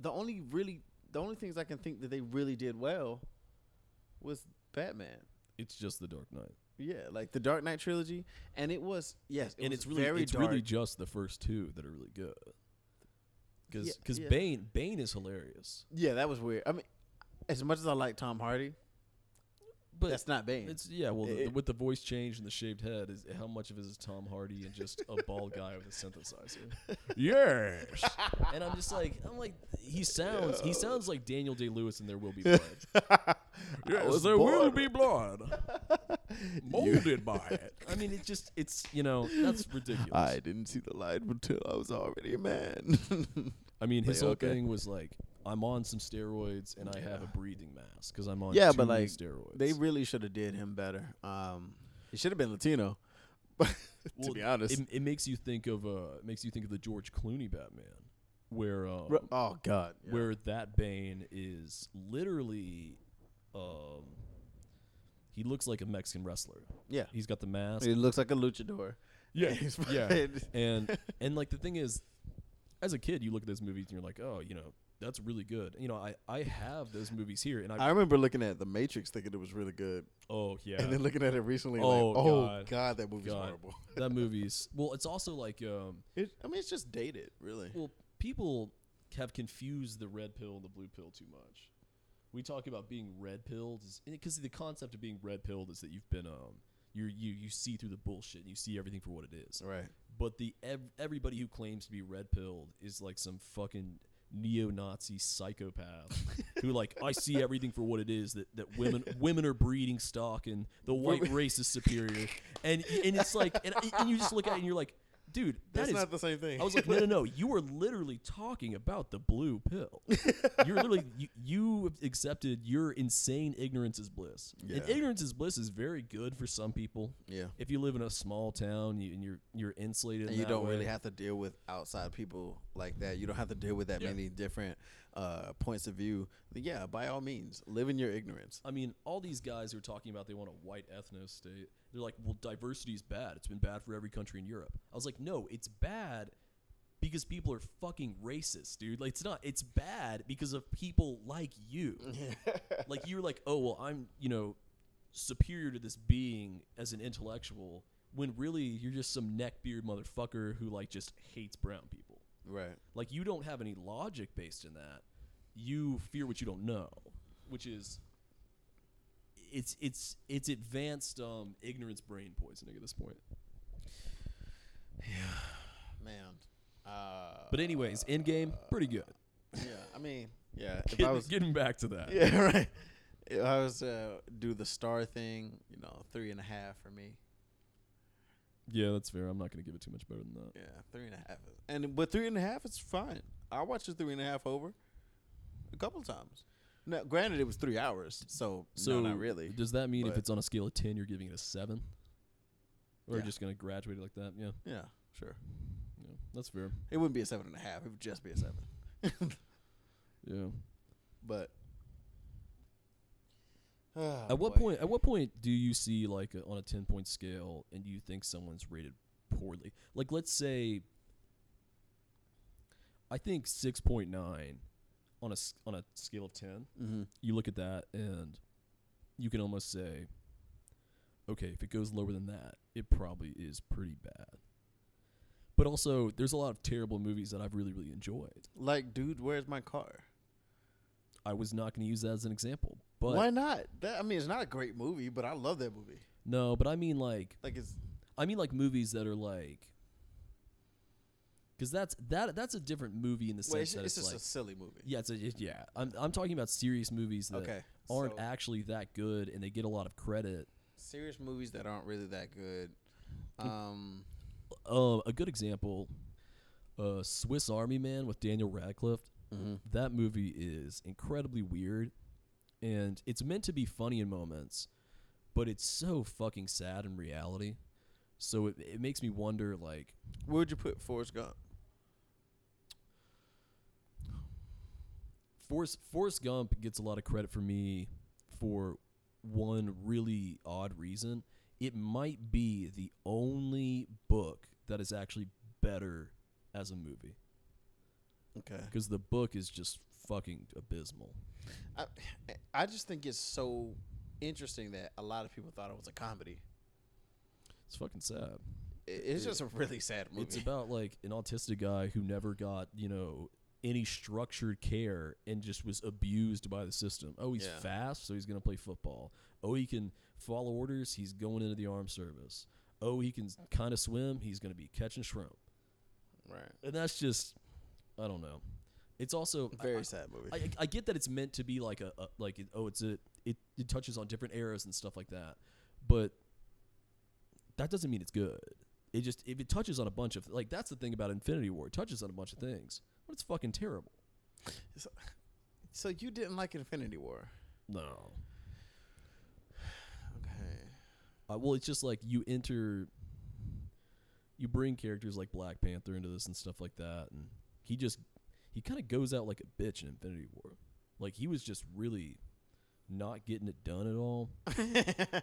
Speaker 1: the only really, the only things I can think that they really did well was Batman.
Speaker 10: it's just the Dark Knight,
Speaker 1: Yeah, like the Dark Knight trilogy, and it was yes, it
Speaker 10: and
Speaker 1: was
Speaker 10: it's really
Speaker 1: very
Speaker 10: it's
Speaker 1: dark.
Speaker 10: really just the first two that are really good. Because
Speaker 1: Yeah, yeah.
Speaker 10: Bane Bane is hilarious,
Speaker 1: yeah, that was weird. I mean, as much as I like Tom Hardy,
Speaker 10: but
Speaker 1: that's not Bane.
Speaker 10: It's yeah, well, the,
Speaker 1: It-
Speaker 10: with the voice change and the shaved head, is how much of it is Tom Hardy and just a bald guy with a synthesizer? yes. And I'm just like, I'm like, he sounds, he sounds like Daniel Day Lewis, and there will be blood. yes, there will be blood, molded by it. I mean, it just, it's you know, that's ridiculous. I,
Speaker 1: didn't see the light until I was already a man.
Speaker 10: mean, his
Speaker 1: Like,
Speaker 10: whole
Speaker 1: okay.
Speaker 10: thing was like, I'm on some steroids and I have a breathing mask because I'm on
Speaker 1: yeah,
Speaker 10: too
Speaker 1: but
Speaker 10: many
Speaker 1: like
Speaker 10: steroids.
Speaker 1: they really should have did him better. Um, he should have been Latino, but to
Speaker 10: Well,
Speaker 1: be honest,
Speaker 10: it, it makes you think of uh, it makes you think of the George Clooney Batman, where um,
Speaker 1: oh god, yeah.
Speaker 10: where that Bane is literally, um, he looks like a Mexican wrestler.
Speaker 1: Yeah.
Speaker 10: he's got the mask.
Speaker 1: He looks like a luchador.
Speaker 10: Yeah,
Speaker 1: He's
Speaker 10: yeah.
Speaker 1: fucking-
Speaker 10: and and like the thing is, as a kid, you look at those movies and you're like, oh, you know, that's really good. You know, I I have those movies here, and I,
Speaker 1: I remember looking at The Matrix thinking it was really good.
Speaker 10: oh yeah,
Speaker 1: And then looking at it recently,
Speaker 10: oh
Speaker 1: like, oh
Speaker 10: god,
Speaker 1: god, that movie's
Speaker 10: God.
Speaker 1: horrible.
Speaker 10: that movie's well, it's also like um,
Speaker 1: It, I mean, it's just dated, really.
Speaker 10: well, people have confused the red pill and the blue pill too much. We talk about being red pilled because the concept of being red pilled is that you've been um you you you see through the bullshit and you see everything for what it is.
Speaker 1: Right.
Speaker 10: But the ev- everybody who claims to be red pilled is like some fucking neo-Nazi psychopath who like I see everything for what it is that that women women are breeding stock and the white race is superior and and it's like and, and you just look at it and you're like dude that
Speaker 1: That's
Speaker 10: is-
Speaker 1: not the same thing.
Speaker 10: I was like no no no you are literally talking about the blue pill you're literally you, you have accepted your insane ignorance is bliss
Speaker 1: Yeah.
Speaker 10: and ignorance is bliss is very good for some people
Speaker 1: Yeah.
Speaker 10: if you live in a small town you, and you're you're insulated in
Speaker 1: And you
Speaker 10: that
Speaker 1: don't
Speaker 10: way.
Speaker 1: really have to deal with outside people like that. You don't have to deal with that
Speaker 10: Yeah.
Speaker 1: many different uh, points of view. But yeah, by all means, live in your ignorance.
Speaker 10: I mean, all these guys who are talking about they want a white ethno state, they're like, well, diversity is bad. It's been bad for every country in Europe. I was like, no, it's bad because people are fucking racist, dude. Like, it's not, it's bad because of people like you. like, you're like, oh, well, I'm, you know, superior to this being as an intellectual when really you're just some neckbeard motherfucker who, like, just hates brown people.
Speaker 1: Right.
Speaker 10: Like you don't have any logic based in that. You fear what you don't know, which is it's it's it's advanced um, ignorance brain poisoning at this point.
Speaker 1: Man. Uh,
Speaker 10: But anyways, in game, pretty good.
Speaker 1: yeah, I mean, yeah. If I
Speaker 10: Getting,
Speaker 1: was,
Speaker 10: getting back to that.
Speaker 1: yeah, right. If I was uh, do the star thing, you know, three and a half for me.
Speaker 10: Yeah, that's fair. I'm not going to give it too much better than that.
Speaker 1: Yeah, three and a half. Is, and but three and a half is fine. I watched a three and a half over a couple times. Now, granted, it was three hours, so,
Speaker 10: So
Speaker 1: no, not really.
Speaker 10: Does that mean if
Speaker 1: but-
Speaker 10: it's on a scale of 10 you're giving it a 7?
Speaker 1: Yeah.
Speaker 10: Or you're just going to graduate it like that? Yeah.
Speaker 1: Yeah, sure.
Speaker 10: Yeah. That's fair.
Speaker 1: It wouldn't be a seven and a half. It would just be a seven.
Speaker 10: Yeah.
Speaker 1: but oh,
Speaker 10: at what point at what point do you see like uh, on a 10 point scale and you think someone's rated poorly like let's say i think 6.9 on a s- on a scale of 10
Speaker 1: hmm
Speaker 10: you look at that and you can almost say okay if it goes lower than that it probably is pretty bad but also there's a lot of terrible movies that i've really really enjoyed
Speaker 1: like, dude, where's my car?
Speaker 10: i was not going to use that as an example but
Speaker 1: Why not? That I mean, it's not a great movie, but I love that movie.
Speaker 10: no but i mean like
Speaker 1: Like it's
Speaker 10: I mean, like movies that are like, because that's that that's a different movie in the sense
Speaker 1: well, it's,
Speaker 10: that
Speaker 1: it's
Speaker 10: it's,
Speaker 1: just a
Speaker 10: like,
Speaker 1: silly movie.
Speaker 10: yeah, it's a, it- yeah. I'm I'm talking about serious movies that
Speaker 1: Okay,
Speaker 10: aren't
Speaker 1: so-
Speaker 10: actually that good and they get a lot of credit.
Speaker 1: Serious movies that aren't really that good.
Speaker 10: Mm-hmm.
Speaker 1: Um,
Speaker 10: Um, a good example, uh, Swiss Army Man with Daniel Radcliffe. That movie is incredibly weird, and it's meant to be funny in moments, but it's so fucking sad in reality. So it it makes me wonder, like,
Speaker 1: where would you put Forrest Gump?
Speaker 10: Forrest, Forrest Gump gets a lot of credit for me for one really odd reason. It might be the only book that is actually better as a movie
Speaker 1: Okay,
Speaker 10: because the book is just fucking abysmal.
Speaker 1: I, I just think it's so interesting that a lot of people thought it was a comedy.
Speaker 10: It's fucking sad.
Speaker 1: I- It's just a really sad movie.
Speaker 10: It's about like an autistic guy who never got, you know, any structured care and just was abused by the system. Oh, he's
Speaker 1: Yeah.
Speaker 10: fast, so he's going to play football. Oh, he can follow orders, he's going into the armed service. Oh, he can kind of swim, he's going to be catching shrimp.
Speaker 1: right,
Speaker 10: And that's just I don't know. It's also I-
Speaker 1: very
Speaker 10: I,
Speaker 1: sad movie.
Speaker 10: I, I, get that it's meant to be like a, a like it, oh it's a it, it touches on different eras and stuff like that, but that doesn't mean it's good. It just if it touches on a bunch of like that's the thing about Infinity War. It touches on a bunch of things, but it's fucking terrible.
Speaker 1: so you didn't like Infinity War?
Speaker 10: No,
Speaker 1: Okay.
Speaker 10: uh, well it's just like you enter, you bring characters like Black Panther into this and stuff like that, and he just he kind of goes out like a bitch in Infinity War. Like he was just really not getting it done at all.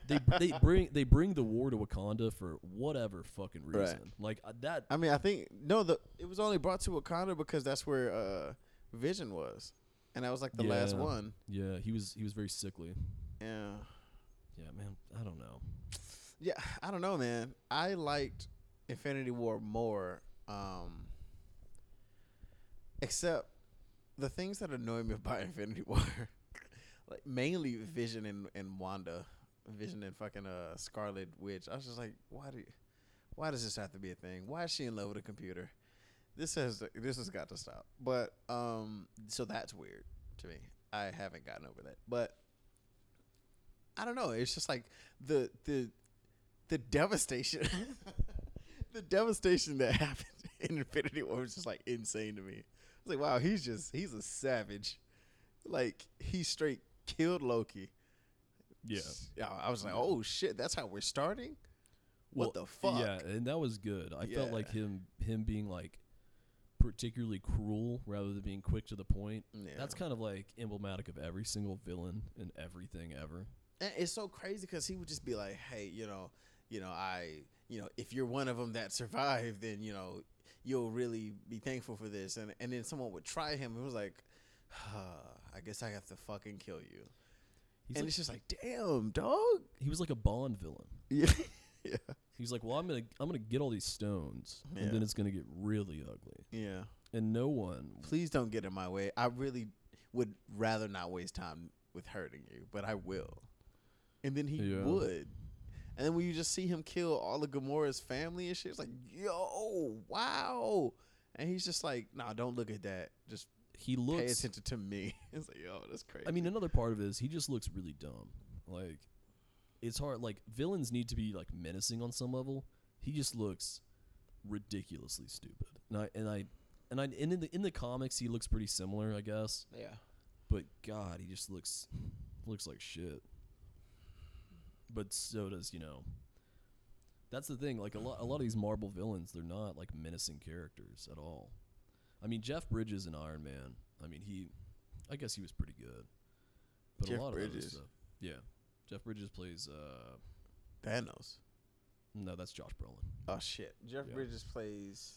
Speaker 10: they they bring they bring the war to Wakanda for whatever fucking
Speaker 1: Right.
Speaker 10: reason. Like uh, that
Speaker 1: I mean, I think no, the it was only brought to Wakanda because that's where uh, Vision was, and that was like the last
Speaker 10: yeah.
Speaker 1: one.
Speaker 10: Yeah, he was he was very sickly.
Speaker 1: Yeah,
Speaker 10: Yeah, man, I don't know.
Speaker 1: yeah. I don't know, man. I liked Infinity War more, um, except the things that annoy me about Infinity War, like mainly Vision and, and Wanda, Vision and fucking uh Scarlet Witch. I was just like, why do, you, why does this have to be a thing? Why is she in love with a computer? This has this has got to stop. But um, so that's weird to me. I haven't gotten over that, but I don't know. It's just like the the the devastation, the devastation that happened in Infinity War was just like insane to me. I was like, wow, he's just he's a savage. Like he straight killed Loki.
Speaker 10: Yeah.
Speaker 1: Yeah, I was like, oh shit, that's how we're starting. What the
Speaker 10: Well,
Speaker 1: fuck?
Speaker 10: Yeah, and that was good. I felt like
Speaker 1: Yeah.
Speaker 10: him him being like particularly cruel rather than being quick to the point.
Speaker 1: Yeah.
Speaker 10: That's kind of like emblematic of every single villain and everything ever.
Speaker 1: And it's so crazy because he would just be like, "Hey, you know, you know, I, you know, if you're one of them that survived, then you know, you'll really be thankful for this." And and then someone would try him. It was like, "I guess I have to fucking kill you." and
Speaker 10: He's like-
Speaker 1: it's just like, "Damn, dog."
Speaker 10: He was like a Bond villain.
Speaker 1: Yeah. yeah.
Speaker 10: He's like, "Well, I'm going to I'm going to get all these stones
Speaker 1: Yeah.
Speaker 10: and then it's going to get really ugly."
Speaker 1: Yeah.
Speaker 10: And no one
Speaker 1: Please don't get in my way. I really would rather not waste time with hurting you, but I will. And then he
Speaker 10: Yeah.
Speaker 1: would. And then when you just see him kill all of Gamora's family and shit, it's like, yo, wow. And he's just like, nah, don't look at that. Just
Speaker 10: he
Speaker 1: pay
Speaker 10: looks
Speaker 1: attention to me. It's like, yo, that's crazy.
Speaker 10: I mean, another part of it is he just looks really dumb. Like, it's hard. Like, villains need to be like menacing on some level. He just looks ridiculously stupid. And I and I and I and in the in the comics he looks pretty similar, I guess.
Speaker 1: yeah.
Speaker 10: But God, he just looks looks like shit. But so does you know. That's the thing. Like a lot, a lot of these Marvel villains, they're not like menacing characters at all. I mean, Jeff Bridges in Iron Man. I mean, he, I guess he was pretty good. But
Speaker 1: Jeff
Speaker 10: a lot of
Speaker 1: Bridges.
Speaker 10: other stuff. Yeah, Jeff Bridges plays. uh
Speaker 1: Thanos.
Speaker 10: No, that's Josh Brolin.
Speaker 1: Oh, shit. Jeff
Speaker 10: Yeah.
Speaker 1: Bridges plays.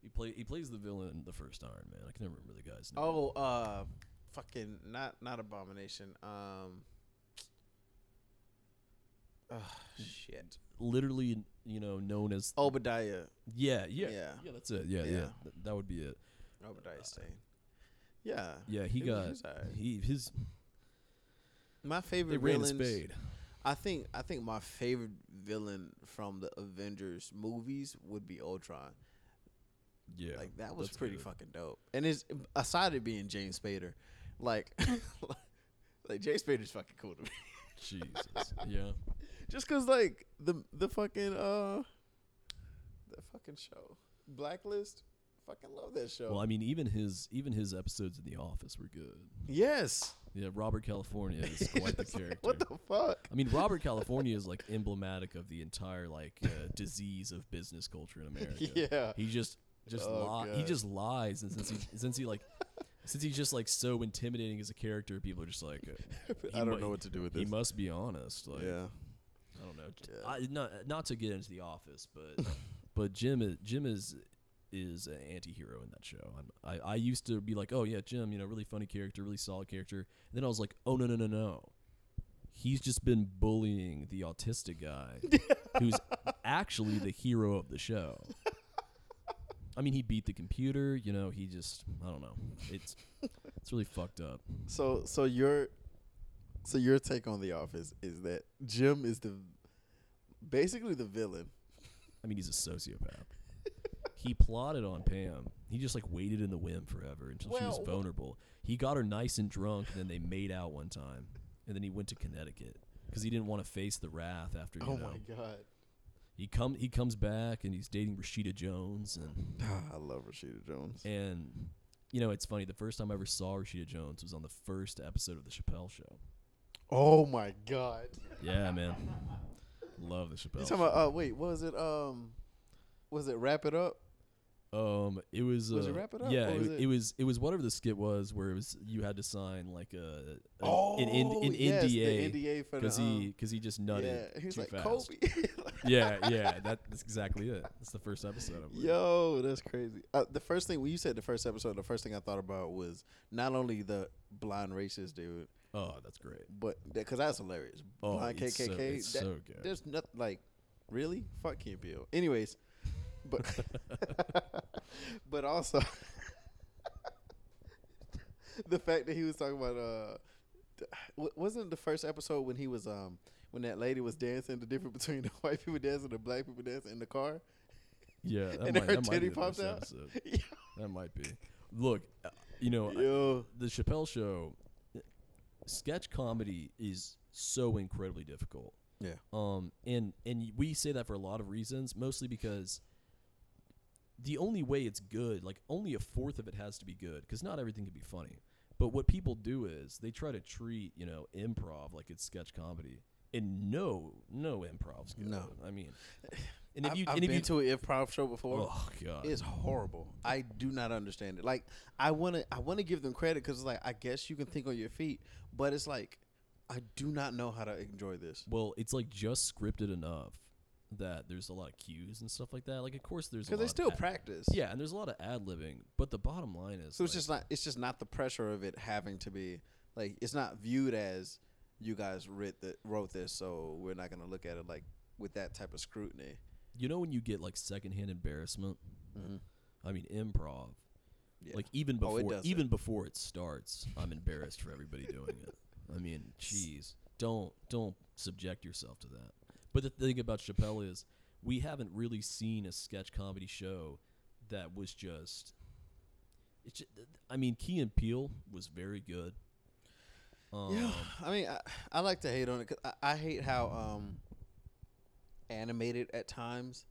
Speaker 10: He play he plays the villain in the first Iron Man. I can never remember the guy's name.
Speaker 1: Oh, uh, fucking not not abomination. Um, oh shit,
Speaker 10: Literally, you know, known as.
Speaker 1: Obadiah,
Speaker 10: Yeah, yeah, yeah.
Speaker 1: Oh. yeah.
Speaker 10: that's it. Yeah, yeah.
Speaker 1: Yeah.
Speaker 10: Th- that would be it.
Speaker 1: Obadiah Stane. Yeah,
Speaker 10: Uh, Yeah, he
Speaker 1: was-
Speaker 10: got
Speaker 1: was alright.
Speaker 10: he his
Speaker 1: my
Speaker 10: they
Speaker 1: favorite
Speaker 10: ran in
Speaker 1: villains.
Speaker 10: spade.
Speaker 1: I think I think my favorite villain from the Avengers movies would be Ultron.
Speaker 10: Yeah,
Speaker 1: like that was
Speaker 10: that's
Speaker 1: pretty
Speaker 10: good.
Speaker 1: fucking dope. And it's aside of being James Spader, like like James Spader's fucking cool to me.
Speaker 10: Jesus. yeah,
Speaker 1: Just cause like the the fucking uh the fucking show. Blacklist. Fucking love that show.
Speaker 10: well, I mean, even his even his episodes in The Office were good.
Speaker 1: yes.
Speaker 10: Yeah, Robert California is quite the character.
Speaker 1: What the fuck?
Speaker 10: I mean, Robert California is like emblematic of the entire like uh, disease of business culture in America.
Speaker 1: Yeah.
Speaker 10: he just just
Speaker 1: Oh,
Speaker 10: li- he
Speaker 1: God.
Speaker 10: just lies, and since he since he like since he's just like so intimidating as a character, people are just like, uh, he
Speaker 1: I don't
Speaker 10: mu-
Speaker 1: know what to do with
Speaker 10: He
Speaker 1: this.
Speaker 10: must be honest. Like,
Speaker 1: Yeah.
Speaker 10: I don't know. J-
Speaker 1: Yeah.
Speaker 10: I, not not to get into the office, but but Jim is Jim is is an anti-hero in that show. i I I used to be like, oh yeah, Jim, you know, really funny character, really solid character. And then I was like, oh no no no no, he's just been bullying the autistic guy who's actually the hero of the show. I mean, he beat the computer. You know, he just I don't know. It's it's really fucked up.
Speaker 1: So so your so your take on the office is that Jim is the basically the villain.
Speaker 10: I mean, he's a sociopath. he plotted on Pam. He just like waited in the whim forever until she was
Speaker 1: Well, wh-
Speaker 10: vulnerable. He got her nice and drunk, and then they made out one time, and then he went to Connecticut because he didn't want to face the wrath after. You
Speaker 1: Oh
Speaker 10: know,
Speaker 1: my god.
Speaker 10: he come he comes back and he's dating Rashida Jones, and
Speaker 1: Ah, I love Rashida Jones.
Speaker 10: and you know it's funny. The first time I ever saw Rashida Jones was on the first episode of the Chappelle Show.
Speaker 1: Oh my god.
Speaker 10: Yeah, man, love the
Speaker 1: You
Speaker 10: Chappelle.
Speaker 1: talking
Speaker 10: Show.
Speaker 1: about uh wait, what was it um was it Wrap It Up?
Speaker 10: Um, it was.
Speaker 1: Was
Speaker 10: uh,
Speaker 1: it Wrap It Up,
Speaker 10: Yeah,
Speaker 1: or
Speaker 10: it,
Speaker 1: was
Speaker 10: wa-
Speaker 1: it-
Speaker 10: it was. It was whatever the skit was, where it was you had to sign like a, a an, in,
Speaker 1: Oh,
Speaker 10: an
Speaker 1: yes, the
Speaker 10: NDA,
Speaker 1: NDA for the,
Speaker 10: because he
Speaker 1: um,
Speaker 10: because he just nutted.
Speaker 1: yeah, he was
Speaker 10: too
Speaker 1: like,
Speaker 10: fast.
Speaker 1: "Kobe."
Speaker 10: yeah, yeah, that, that's exactly it. That's the first episode. I believe.
Speaker 1: Yo, that's crazy. Uh, the first thing when you said the first episode, the first thing I thought about was not only the blind racist dude.
Speaker 10: Oh, that's great.
Speaker 1: But because that's hilarious.
Speaker 10: Oh,
Speaker 1: blind
Speaker 10: it's so-
Speaker 1: KKK.
Speaker 10: it's
Speaker 1: that-
Speaker 10: so good.
Speaker 1: There's nothing like, really? Fuck Kim Bill. Anyways, but but also the fact that he was talking about uh, th- wa- wasn't the first episode when he was um when that lady was dancing the difference between the white people dancing and the black people dancing in the car.
Speaker 10: Yeah, that
Speaker 1: and
Speaker 10: might,
Speaker 1: her
Speaker 10: that might
Speaker 1: titty
Speaker 10: be the first
Speaker 1: popped out.
Speaker 10: episode. that might be. Look, uh, you know, I- the Chappelle Show, uh, sketch comedy is so incredibly difficult.
Speaker 1: Yeah.
Speaker 10: Um, and and we say that for a lot of reasons, mostly because the only way it's good, like only a fourth of it has to be good, because not everything can be funny. But what people do is they try to treat you know improv like it's sketch comedy, and no, no improv's good.
Speaker 1: No.
Speaker 10: I mean, and if
Speaker 1: I've-
Speaker 10: you
Speaker 1: I've
Speaker 10: and if
Speaker 1: been
Speaker 10: you
Speaker 1: to an improv show before.
Speaker 10: Oh, God.
Speaker 1: it's horrible. I do not understand it. Like I want to, I want to give them credit because it's like I guess you can think on your feet, but it's like I do not know how to enjoy this.
Speaker 10: Well, it's like just scripted enough that there's a lot of cues and stuff like that. Like, of course, there's a
Speaker 1: 'Cause they
Speaker 10: lot of
Speaker 1: still
Speaker 10: ad-
Speaker 1: practice.
Speaker 10: Yeah, and there's a lot of ad libbing, but the bottom line is,
Speaker 1: So it's
Speaker 10: like,
Speaker 1: just not, it's just not the pressure of it having to be like it's not viewed as you guys writ the, wrote this, so we're not gonna look at it like with that type of scrutiny.
Speaker 10: you know when you get like secondhand embarrassment.
Speaker 1: Mhm.
Speaker 10: I mean, improv.
Speaker 1: Yeah.
Speaker 10: Like even
Speaker 1: Oh, it
Speaker 10: before
Speaker 1: does it.
Speaker 10: even before it starts, I'm embarrassed for everybody doing it. I mean, jeez, don't don't subject yourself to that. But the thing about Chappelle is, we haven't really seen a sketch comedy show that was just. It's. ju- I mean, Key and Peele was very good. Um,
Speaker 1: yeah, I mean, I, I like to hate on it 'cause I, I hate how um, animated at times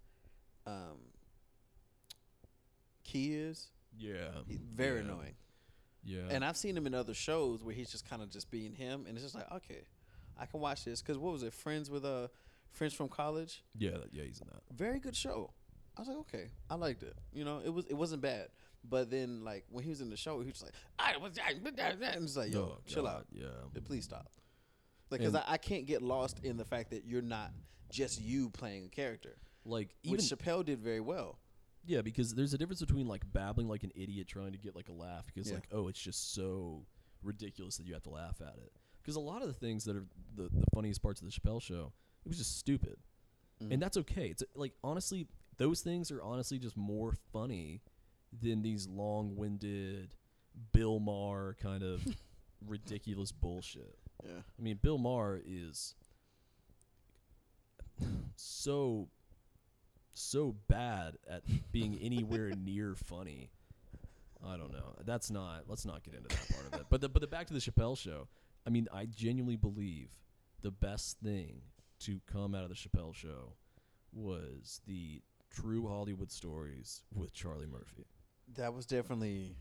Speaker 1: um, Key is.
Speaker 10: Yeah,
Speaker 1: He- very
Speaker 10: yeah,
Speaker 1: annoying.
Speaker 10: Yeah,
Speaker 1: And I've seen him in other shows where he's just kind of just being him, and it's just like, okay, I can watch this. Because what was it, Friends with uh, Friends from College?
Speaker 10: yeah, that- yeah, he's in that.
Speaker 1: Very good show. I was like, okay, I liked it. You know, it was it wasn't bad. But then like when he was in the show, he was just like, I was that, but that, that," and it's like, yo,
Speaker 10: Oh,
Speaker 1: chill
Speaker 10: God,
Speaker 1: out,
Speaker 10: yeah.
Speaker 1: Th- please stop. Like, because
Speaker 10: And-
Speaker 1: I, I can't get lost in the fact that you're not just you playing a character,
Speaker 10: Like even
Speaker 1: which Chappelle did very well.
Speaker 10: Yeah, because there's a difference between like babbling like an idiot trying to get like a laugh because
Speaker 1: Yeah.
Speaker 10: like oh it's just so ridiculous that you have to laugh at it. Because a lot of the things that are the, the funniest parts of the Chappelle show, it was just stupid,
Speaker 1: Mm.
Speaker 10: and that's okay. It's uh, like honestly, those things are honestly just more funny than these long-winded Bill Maher kind of ridiculous bullshit.
Speaker 1: Yeah.
Speaker 10: I mean, Bill Maher is so so bad at being anywhere near funny. I don't know. That's not. Let's not get into that part of it. But the, but the back to the Chappelle show. I mean, I genuinely believe the best thing to come out of the Chappelle show was the true Hollywood stories with Charlie Murphy.
Speaker 1: That was definitely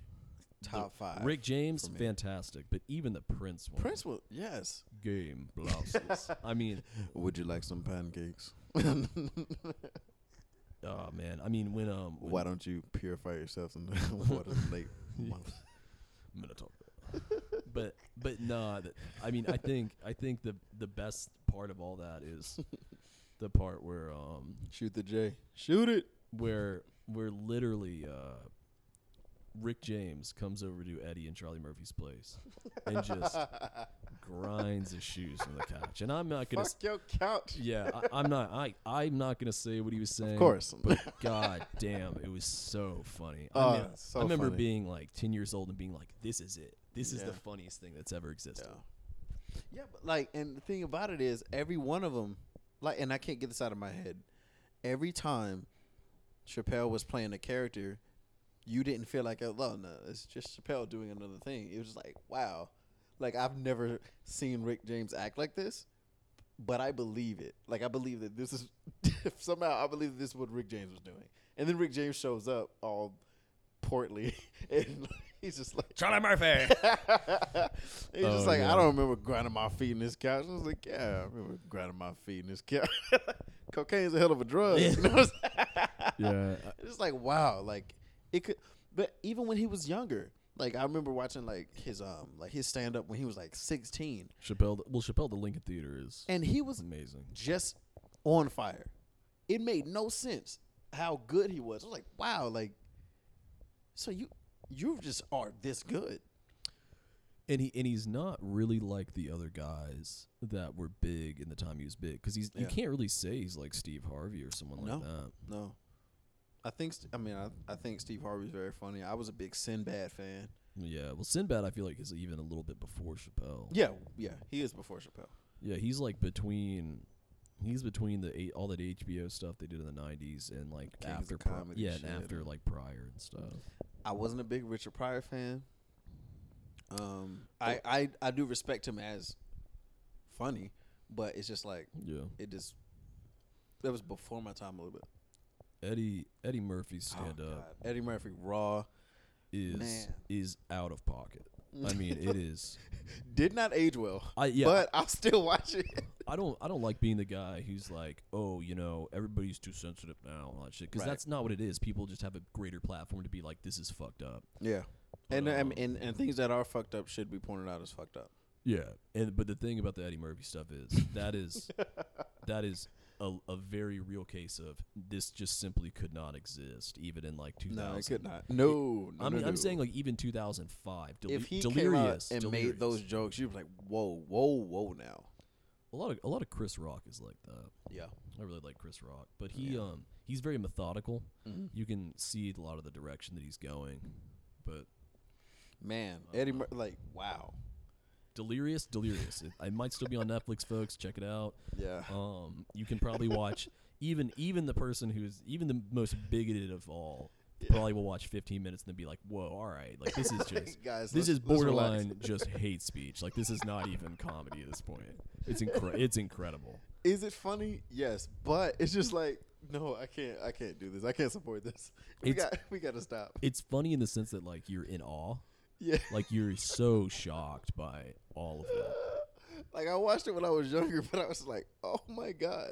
Speaker 1: top five.
Speaker 10: Rick James,
Speaker 1: Uh, for me.
Speaker 10: fantastic, but even the Prince one.
Speaker 1: Prince was yes.
Speaker 10: game blouses. I mean,
Speaker 1: Would you like some pancakes?
Speaker 10: oh man. I mean, when um, when
Speaker 1: Why don't you purify yourself in the water of the lake?
Speaker 10: I'm gonna talk about. it. but but nah, th- I mean I think I think the the best part of all that is the part where um
Speaker 1: Shoot the J. Shoot it.
Speaker 10: where where literally uh Rick James comes over to Eddie and Charlie Murphy's place and just grinds his shoes on the couch. And I'm not gonna s-
Speaker 1: Fuck your couch.
Speaker 10: yeah, I, I'm not. I I'm not gonna say what he was saying.
Speaker 1: course.
Speaker 10: but god damn, it was so funny. I,
Speaker 1: Oh,
Speaker 10: remember-
Speaker 1: so
Speaker 10: I remember
Speaker 1: funny.
Speaker 10: being like ten years old and being like, "This is it. This is the
Speaker 1: Yeah.
Speaker 10: funniest thing that's ever existed."
Speaker 1: Yeah, but like, and the thing about it is, every one of them, like, and I can't get this out of my head. Every time Chappelle was playing a character, you didn't feel like, oh no, no, it's just Chappelle doing another thing. It was just like, wow, like I've never seen Rick James act like this, but I believe it. Like I believe that this is somehow I believe that this is what Rick James was doing, and then Rick James shows up all portly, and he's just like Charlie Murphy. he's
Speaker 10: Oh,
Speaker 1: just like,
Speaker 10: yeah.
Speaker 1: I don't remember grinding my feet in this couch. I was like, yeah, I remember grinding my feet in this couch. Cocaine's a hell of a drug. You know what I'm saying?
Speaker 10: Yeah,
Speaker 1: It's just like wow, like It could, but even when he was younger, like I remember watching like his um like his stand up when he was like sixteen,
Speaker 10: Chappelle, well, Chappelle, the Lincoln Theater is
Speaker 1: and he was
Speaker 10: amazing.
Speaker 1: just on fire. It made no sense how good he was. I was like, wow, like so you you just are this good.
Speaker 10: and he and he's not really like the other guys that were big in the time he was big because he's you
Speaker 1: Yeah.
Speaker 10: can't really say he's like Steve Harvey or someone
Speaker 1: No.
Speaker 10: like that.
Speaker 1: No. I think st- I mean I, I think Steve Harvey's very funny. I was a big Sinbad fan.
Speaker 10: Yeah, well, Sinbad I feel like is even a little bit before Chappelle.
Speaker 1: Yeah, yeah, he is before Chappelle.
Speaker 10: yeah, he's like between. He's between the eight, all that HBO stuff they did in the '90s and like
Speaker 1: Kings of
Speaker 10: after Pri-
Speaker 1: Comedy
Speaker 10: yeah, and
Speaker 1: shit.
Speaker 10: after like Pryor and stuff.
Speaker 1: I wasn't a big Richard Pryor fan. Um,
Speaker 10: Oh.
Speaker 1: I, I I do respect him as funny, but it's just like
Speaker 10: Yeah,
Speaker 1: it just that was before my time a little bit.
Speaker 10: Eddie Eddie Murphy's
Speaker 1: Oh,
Speaker 10: stand up
Speaker 1: God. Eddie Murphy Raw
Speaker 10: is
Speaker 1: Man.
Speaker 10: is out of pocket. I mean, it is.
Speaker 1: did not age well.
Speaker 10: I yeah,
Speaker 1: But I'll still watch it.
Speaker 10: I don't I don't like being the guy who's like, oh, you know, everybody's too sensitive now and all that shit. Because
Speaker 1: Right.
Speaker 10: that's not what it is. People just have a greater platform to be like, this is fucked up.
Speaker 1: Yeah. And,
Speaker 10: But,
Speaker 1: um,
Speaker 10: um,
Speaker 1: and and things that are fucked up should be pointed out as fucked up.
Speaker 10: Yeah. And but the thing about the Eddie Murphy stuff is that is that is a, a very real case of this just simply could not exist even in like 2000.
Speaker 1: No, I could not. No, no
Speaker 10: I'm,
Speaker 1: no, no.
Speaker 10: I'm saying like even 2005. Deli-
Speaker 1: if he
Speaker 10: delirious
Speaker 1: came out and
Speaker 10: Delirious.
Speaker 1: made those jokes, you'd be like, whoa, whoa, whoa, now.
Speaker 10: a lot of a lot of Chris Rock is like that.
Speaker 1: Yeah.
Speaker 10: I really like Chris Rock, but he um he's very methodical.
Speaker 1: Mm-hmm.
Speaker 10: You can see a lot of the direction that he's going. But
Speaker 1: Man, Eddie Mur- like wow.
Speaker 10: Delirious, Delirious, it, it might still be on Netflix, folks. Check it out.
Speaker 1: Yeah.
Speaker 10: Um, you can probably watch even even the person who's even the most bigoted of all probably will watch 15 minutes and then be like, "Whoa, all right, like this is just
Speaker 1: Guys, let's-
Speaker 10: this is
Speaker 1: let's relax."
Speaker 10: borderline just hate speech. Like this is not even comedy at this point. It's incre- it's incredible."
Speaker 1: Is it funny? Yes, but it's just like no, I can't. I can't do this. I can't support this. We
Speaker 10: It's-
Speaker 1: got. We got to stop.
Speaker 10: It's funny in the sense that like you're in awe.
Speaker 1: Yeah.
Speaker 10: like you're so shocked by all of that.
Speaker 1: Like I watched it when I was younger, but I was like, oh my god,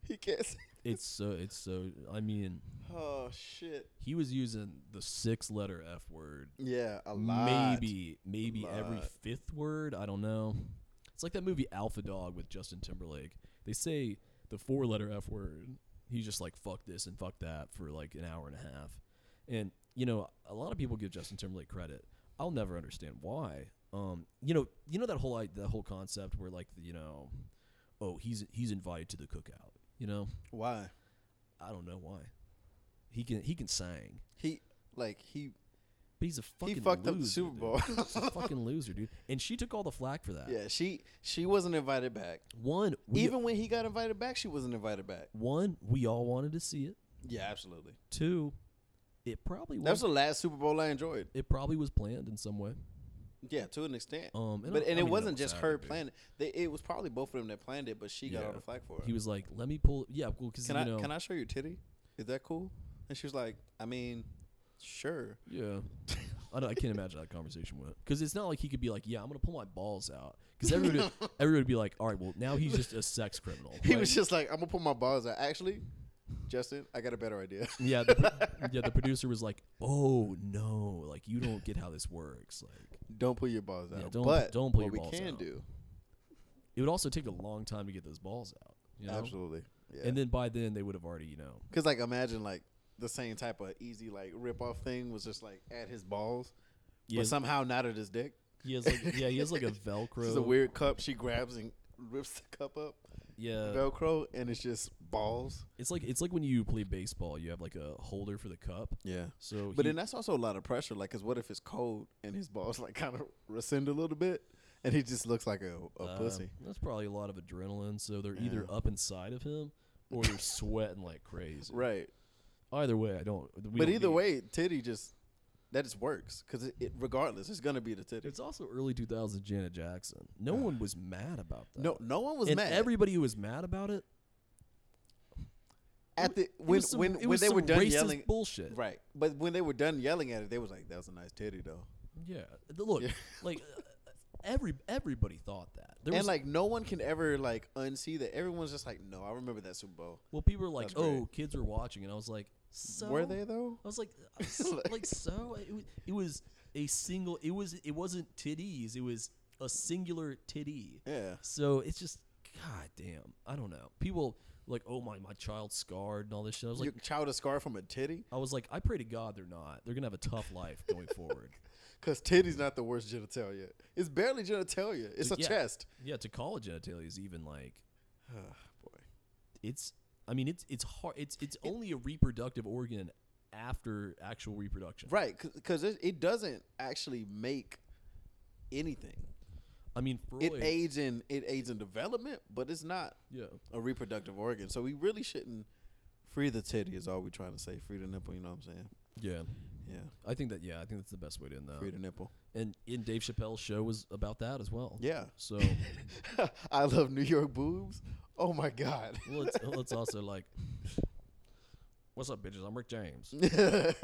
Speaker 1: he can't. Say-
Speaker 10: It's so it's so. I mean,
Speaker 1: oh shit.
Speaker 10: he was using the six letter f word.
Speaker 1: Yeah, a lot.
Speaker 10: Maybe maybe every
Speaker 1: lot.
Speaker 10: fifth word. I don't know. It's like that movie Alpha Dog with Justin Timberlake. They say the four letter f word. He's just like fuck this and fuck that for like an hour and a half. And you know, a lot of people give Justin Timberlake credit. I'll never understand why. Um, you know, you know that whole i- that whole concept where like you know, oh he's he's invited to the cookout. You know,
Speaker 1: Why?
Speaker 10: I don't know why. He can he can sing,
Speaker 1: He like he.
Speaker 10: but he's a fucking
Speaker 1: fucked up
Speaker 10: loser,
Speaker 1: the Super
Speaker 10: dude.
Speaker 1: Bowl.
Speaker 10: he's a fucking loser, dude. And she took all the flack for that.
Speaker 1: Yeah, she she wasn't invited back.
Speaker 10: One, we,
Speaker 1: Even when he got invited back, she wasn't invited back.
Speaker 10: one, we all wanted to see it.
Speaker 1: Yeah, absolutely.
Speaker 10: Two, it probably
Speaker 1: That was
Speaker 10: was
Speaker 1: the last Super Bowl I enjoyed.
Speaker 10: it probably was planned in some way.
Speaker 1: Yeah, to an extent.
Speaker 10: Um, and
Speaker 1: but
Speaker 10: I- I
Speaker 1: and
Speaker 10: don't even
Speaker 1: it
Speaker 10: know
Speaker 1: wasn't
Speaker 10: what's
Speaker 1: just
Speaker 10: happening,
Speaker 1: her
Speaker 10: dude.
Speaker 1: planning. They, it was probably both of them that planned it, but she got all
Speaker 10: Yeah.
Speaker 1: the flack for it.
Speaker 10: He was like, "Let me pull." Yeah, well, because
Speaker 1: can
Speaker 10: you
Speaker 1: I
Speaker 10: know,
Speaker 1: can I show your titty? Is that cool? And she was like, I mean, sure.
Speaker 10: Yeah. I, don't, I can't imagine how that conversation went because it's not like he could be like, "Yeah, I'm gonna pull my balls out," because everybody, everybody would be like, "All right, well, now he's just a sex criminal."
Speaker 1: He
Speaker 10: right?
Speaker 1: was just like, I'm gonna put my balls out. Actually, Justin, I got a better idea.
Speaker 10: yeah, the, pro- yeah. The producer was like, "Oh no, like you don't get how this works." Like,
Speaker 1: don't pull your balls out.
Speaker 10: Yeah, don't-
Speaker 1: but
Speaker 10: don't pull
Speaker 1: what
Speaker 10: your
Speaker 1: we
Speaker 10: balls
Speaker 1: can
Speaker 10: out.
Speaker 1: do.
Speaker 10: it would also take a long time to get those balls out. You know?
Speaker 1: Absolutely. Yeah.
Speaker 10: And then by then they would have already, you know,
Speaker 1: Cause like imagine like the same type of easy like rip off thing was just like at his balls,
Speaker 10: Yeah.
Speaker 1: but somehow not at his dick.
Speaker 10: he has like yeah, he has like a Velcro.
Speaker 1: This is a weird cup she grabs and rips the cup up.
Speaker 10: yeah.
Speaker 1: Velcro and it's just balls.
Speaker 10: It's like it's like when you play baseball, you have like a holder for the cup.
Speaker 1: Yeah.
Speaker 10: So,
Speaker 1: But
Speaker 10: he-
Speaker 1: then that's also a lot of pressure. Like, cause what if it's cold and his balls like kind of rescind a little bit, and he just looks like a, a
Speaker 10: uh,
Speaker 1: oh, pussy.
Speaker 10: That's probably a lot of adrenaline. So they're either
Speaker 1: Yeah.
Speaker 10: up inside of him or they're sweating like crazy.
Speaker 1: Right.
Speaker 10: Either way, I don't. we
Speaker 1: but
Speaker 10: don't
Speaker 1: either
Speaker 10: need-
Speaker 1: way, titty just that just works because it, it regardless, it's gonna be the titty.
Speaker 10: it's also early 2000s Janet Jackson. No one was mad about that.
Speaker 1: no, no one was
Speaker 10: and
Speaker 1: mad
Speaker 10: everybody who was mad about it
Speaker 1: at the
Speaker 10: it
Speaker 1: when
Speaker 10: was some-
Speaker 1: when
Speaker 10: it
Speaker 1: when
Speaker 10: was
Speaker 1: they
Speaker 10: some
Speaker 1: were done
Speaker 10: racist
Speaker 1: yelling.
Speaker 10: bullshit.
Speaker 1: Right. But when they were done yelling at it, they was like, "That was a nice titty, though."
Speaker 10: Yeah. The- Look, like uh, Every everybody thought that. There
Speaker 1: and
Speaker 10: was-
Speaker 1: like no one can ever like unsee that. Everyone's just like, no, I remember that Super Bowl.
Speaker 10: Well, people were like,
Speaker 1: That's
Speaker 10: "Oh,
Speaker 1: great.
Speaker 10: kids are watching," and I was like, so?
Speaker 1: Were they, though?
Speaker 10: I was like, I was like so. It was, it was a single. It was. It wasn't titties. It was a singular titty.
Speaker 1: Yeah.
Speaker 10: So it's just, god damn. I don't know. People like, "Oh my, my child scarred" and all this shit. I was
Speaker 1: your
Speaker 10: like,
Speaker 1: child is scarred from a titty?
Speaker 10: I was like, I pray to God they're not. They're gonna have a tough life going forward.
Speaker 1: Because titty's not the worst genitalia. It's barely genitalia. It's a
Speaker 10: Yeah.
Speaker 1: chest.
Speaker 10: Yeah, to call it genitalia is even like, boy, it's. I mean, it's it's hard. It's it's only a reproductive organ after actual reproduction.
Speaker 1: Right. Because it, it doesn't actually make anything.
Speaker 10: I mean,
Speaker 1: It
Speaker 10: Freud-
Speaker 1: aids in it aids in development, but it's not
Speaker 10: Yeah.
Speaker 1: a reproductive organ. So we really shouldn't free the titty is all we're trying to say. Free the nipple, you know what I'm saying?
Speaker 10: Yeah.
Speaker 1: Yeah.
Speaker 10: I think that yeah, I think that's the best way to end that.
Speaker 1: Free the nipple.
Speaker 10: And in Dave Chappelle's show was about that as well.
Speaker 1: Yeah.
Speaker 10: So
Speaker 1: I love New York boobs. Oh my god.
Speaker 10: well, it's, well, it's also like What's up, bitches? I'm Rick James.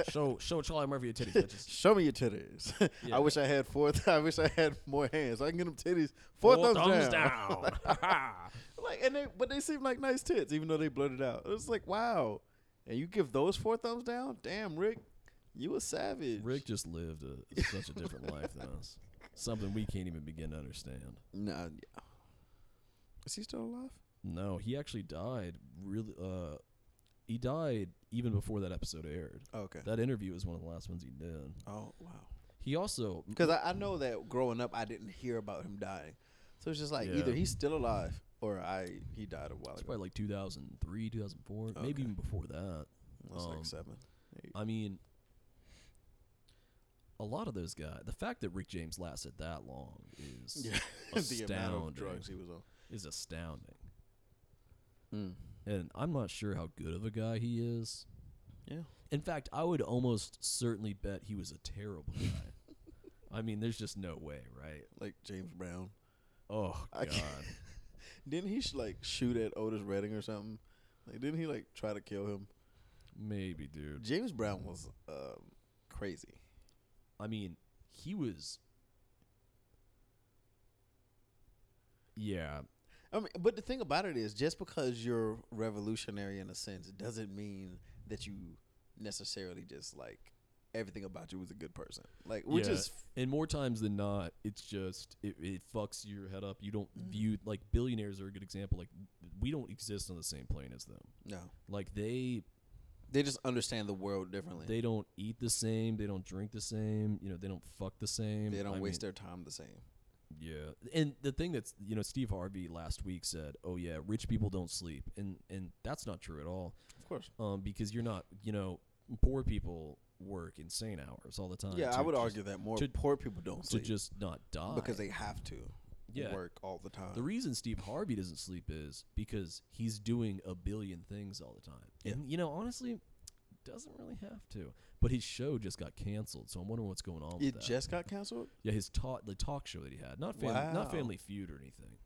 Speaker 10: show show Charlie Murphy your titties, bitches.
Speaker 1: Show me your titties.
Speaker 10: Yeah.
Speaker 1: I wish I had four. I wish I had more hands. I can get them titties. Four,
Speaker 10: Four
Speaker 1: thumbs,
Speaker 10: thumbs
Speaker 1: down.
Speaker 10: down.
Speaker 1: like and they, but they seem like nice tits, even though they blurted out. It's like wow, and you give those four thumbs down. Damn, Rick, you a savage.
Speaker 10: Rick just lived a, such a different life than us. Something we can't even begin to understand.
Speaker 1: Nah. yeah. Is he still alive?
Speaker 10: No, he actually died really uh he died even before that episode aired.
Speaker 1: Oh, Okay.
Speaker 10: That interview was one of the last ones he did.
Speaker 1: Oh wow.
Speaker 10: He also
Speaker 1: Because I, I know that growing up, I didn't hear about him dying. So it's just like
Speaker 10: Yeah.
Speaker 1: either he's still alive or I he died a while
Speaker 10: It's
Speaker 1: ago.
Speaker 10: probably like 2003, 2004,
Speaker 1: Okay.
Speaker 10: maybe even before that.
Speaker 1: That's
Speaker 10: Um,
Speaker 1: like seven, eight.
Speaker 10: I mean, a lot of those guys. The fact that Rick James lasted that long is
Speaker 1: Yeah. The
Speaker 10: astounding.
Speaker 1: amount of drugs he was on.
Speaker 10: is astounding, Hmm.
Speaker 1: Mm.
Speaker 10: and I'm not sure how good of a guy he is.
Speaker 1: Yeah.
Speaker 10: In fact, I would almost certainly bet he was a terrible guy. I mean, there's just no way, right?
Speaker 1: Like James Brown.
Speaker 10: Oh
Speaker 1: I
Speaker 10: God.
Speaker 1: can't- didn't he sh- like shoot at Otis Redding or something? Like didn't he like try to kill him?
Speaker 10: Maybe, dude.
Speaker 1: James Brown was um, crazy.
Speaker 10: I mean, he was. Yeah.
Speaker 1: I mean, but the thing about it is, just because you're revolutionary in a sense, it doesn't mean that you necessarily just like everything about you was a good person. Like, which
Speaker 10: Yeah,
Speaker 1: is
Speaker 10: and more times than not, it's just it, it fucks your head up. You don't
Speaker 1: Mm.
Speaker 10: view like billionaires are a good example. Like we don't exist on the same plane as them.
Speaker 1: No.
Speaker 10: like they
Speaker 1: they just understand the world differently.
Speaker 10: they don't eat the same. They don't drink the same. You know, they don't fuck the same.
Speaker 1: They don't
Speaker 10: I
Speaker 1: waste
Speaker 10: mean,
Speaker 1: their time the same.
Speaker 10: yeah. And the thing that's you know Steve Harvey last week said, oh yeah, rich people don't sleep, and and that's not true at all.
Speaker 1: Of course.
Speaker 10: um, because you're not you know poor people work insane hours all the time.
Speaker 1: Yeah, I
Speaker 10: to
Speaker 1: would
Speaker 10: just-
Speaker 1: argue that more
Speaker 10: to-
Speaker 1: poor people don't
Speaker 10: to
Speaker 1: sleep
Speaker 10: just not die
Speaker 1: because they have to
Speaker 10: Yeah.
Speaker 1: work all the time.
Speaker 10: The reason Steve Harvey doesn't sleep is because he's doing a billion things all the time. And you know, honestly, doesn't really have to. But his show just got canceled, so I'm wondering what's going on with
Speaker 1: it
Speaker 10: that.
Speaker 1: just got canceled.
Speaker 10: yeah, his talk the talk show that he had. Not family
Speaker 1: Wow.
Speaker 10: not family feud or anything.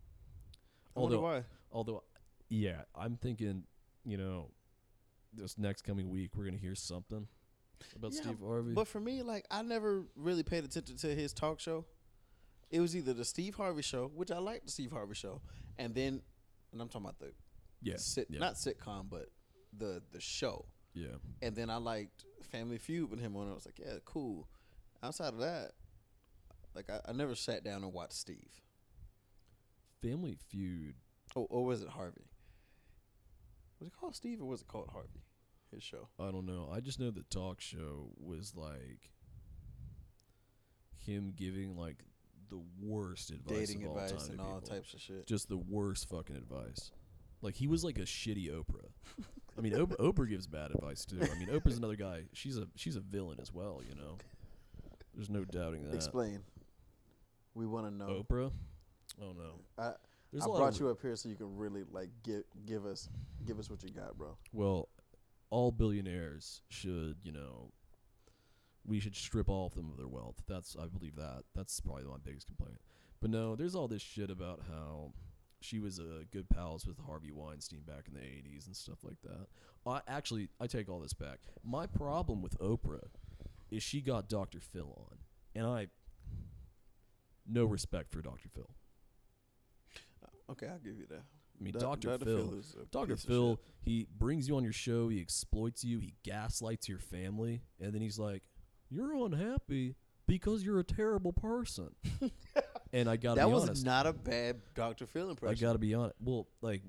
Speaker 1: I wonder
Speaker 10: Although
Speaker 1: why.
Speaker 10: although yeah, I'm thinking, you know, this next coming week we're gonna hear something about
Speaker 1: Yeah,
Speaker 10: Steve Harvey.
Speaker 1: But for me, like I never really paid attention to his talk show. It was either the Steve Harvey show, which I liked the Steve Harvey show, and then, and I'm talking about the
Speaker 10: Yeah,
Speaker 1: sit,
Speaker 10: yeah.
Speaker 1: not sitcom, but the the show.
Speaker 10: yeah.
Speaker 1: And then I liked Family Feud with him on. it. I was like, yeah, cool. Outside of that, like I, I never sat down and watched Steve.
Speaker 10: Family feud.
Speaker 1: Oh, or was it Harvey? Was it called Steve or was it called Harvey? His show.
Speaker 10: I don't know. I just know the talk show was like him giving like the worst advice
Speaker 1: Dating
Speaker 10: of all
Speaker 1: advice
Speaker 10: time
Speaker 1: and
Speaker 10: to
Speaker 1: all
Speaker 10: people.
Speaker 1: types of shit.
Speaker 10: Just the worst fucking advice. Like he was like a shitty Oprah. I mean, Oprah, Oprah gives bad advice too. I mean, Oprah's another guy. She's a she's a villain as well. You know, there's no doubting that.
Speaker 1: Explain. We want to know.
Speaker 10: Oprah. Oh no.
Speaker 1: I,
Speaker 10: There's
Speaker 1: I
Speaker 10: a lot
Speaker 1: brought
Speaker 10: of-
Speaker 1: you up here so you can really like give give us give us what you got, bro.
Speaker 10: Well, all billionaires should, you know, we should strip all of them of their wealth. That's I believe that. That's probably my biggest complaint. But no, there's all this shit about how she was uh, good pals with Harvey Weinstein back in the 80s and stuff like that. I actually I take all this back. My problem with Oprah is she got Dr. Phil on, and I no respect for Dr. Phil.
Speaker 1: Okay, I'll give you that.
Speaker 10: I mean,
Speaker 1: Doc-
Speaker 10: Dr. Phil.
Speaker 1: is a
Speaker 10: Dr.
Speaker 1: piece of
Speaker 10: Phil, he brings you on your show, he exploits you, he gaslights your family, and then he's like, "You're unhappy because you're a terrible person." and I got to
Speaker 1: that
Speaker 10: be
Speaker 1: was
Speaker 10: honest.
Speaker 1: not a bad Dr. Phil
Speaker 10: I
Speaker 1: impression.
Speaker 10: got to be honest. Well, like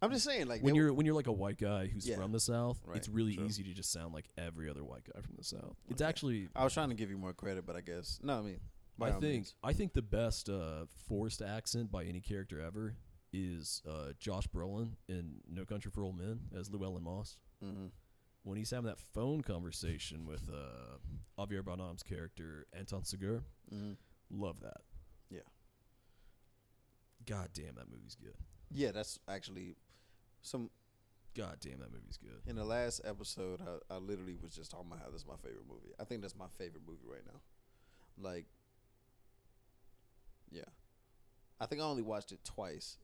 Speaker 1: I'm just saying, like
Speaker 10: when
Speaker 1: they-
Speaker 10: you're when you're like a white guy who's
Speaker 1: Yeah.
Speaker 10: from the South,
Speaker 1: Right,
Speaker 10: it's really
Speaker 1: true.
Speaker 10: easy to just sound like every other white guy from the South. It's
Speaker 1: Okay.
Speaker 10: actually
Speaker 1: I was trying to give you more credit, but I guess no. I mean, by
Speaker 10: I
Speaker 1: all
Speaker 10: think
Speaker 1: means.
Speaker 10: I think the best uh, forced accent by any character ever is uh, Josh Brolin in No Country for Old Men as Llewellyn Moss.
Speaker 1: Mhm.
Speaker 10: When he's having that phone conversation with uh, Javier Bardem's character Anton Segur,
Speaker 1: Mhm.
Speaker 10: love that.
Speaker 1: Yeah.
Speaker 10: God damn, that movie's good.
Speaker 1: yeah, that's actually some.
Speaker 10: God damn, that movie's good.
Speaker 1: In the last episode, I, I literally was just talking about how this is my favorite movie. I think that's my favorite movie right now. Like, yeah, I think I only watched it twice,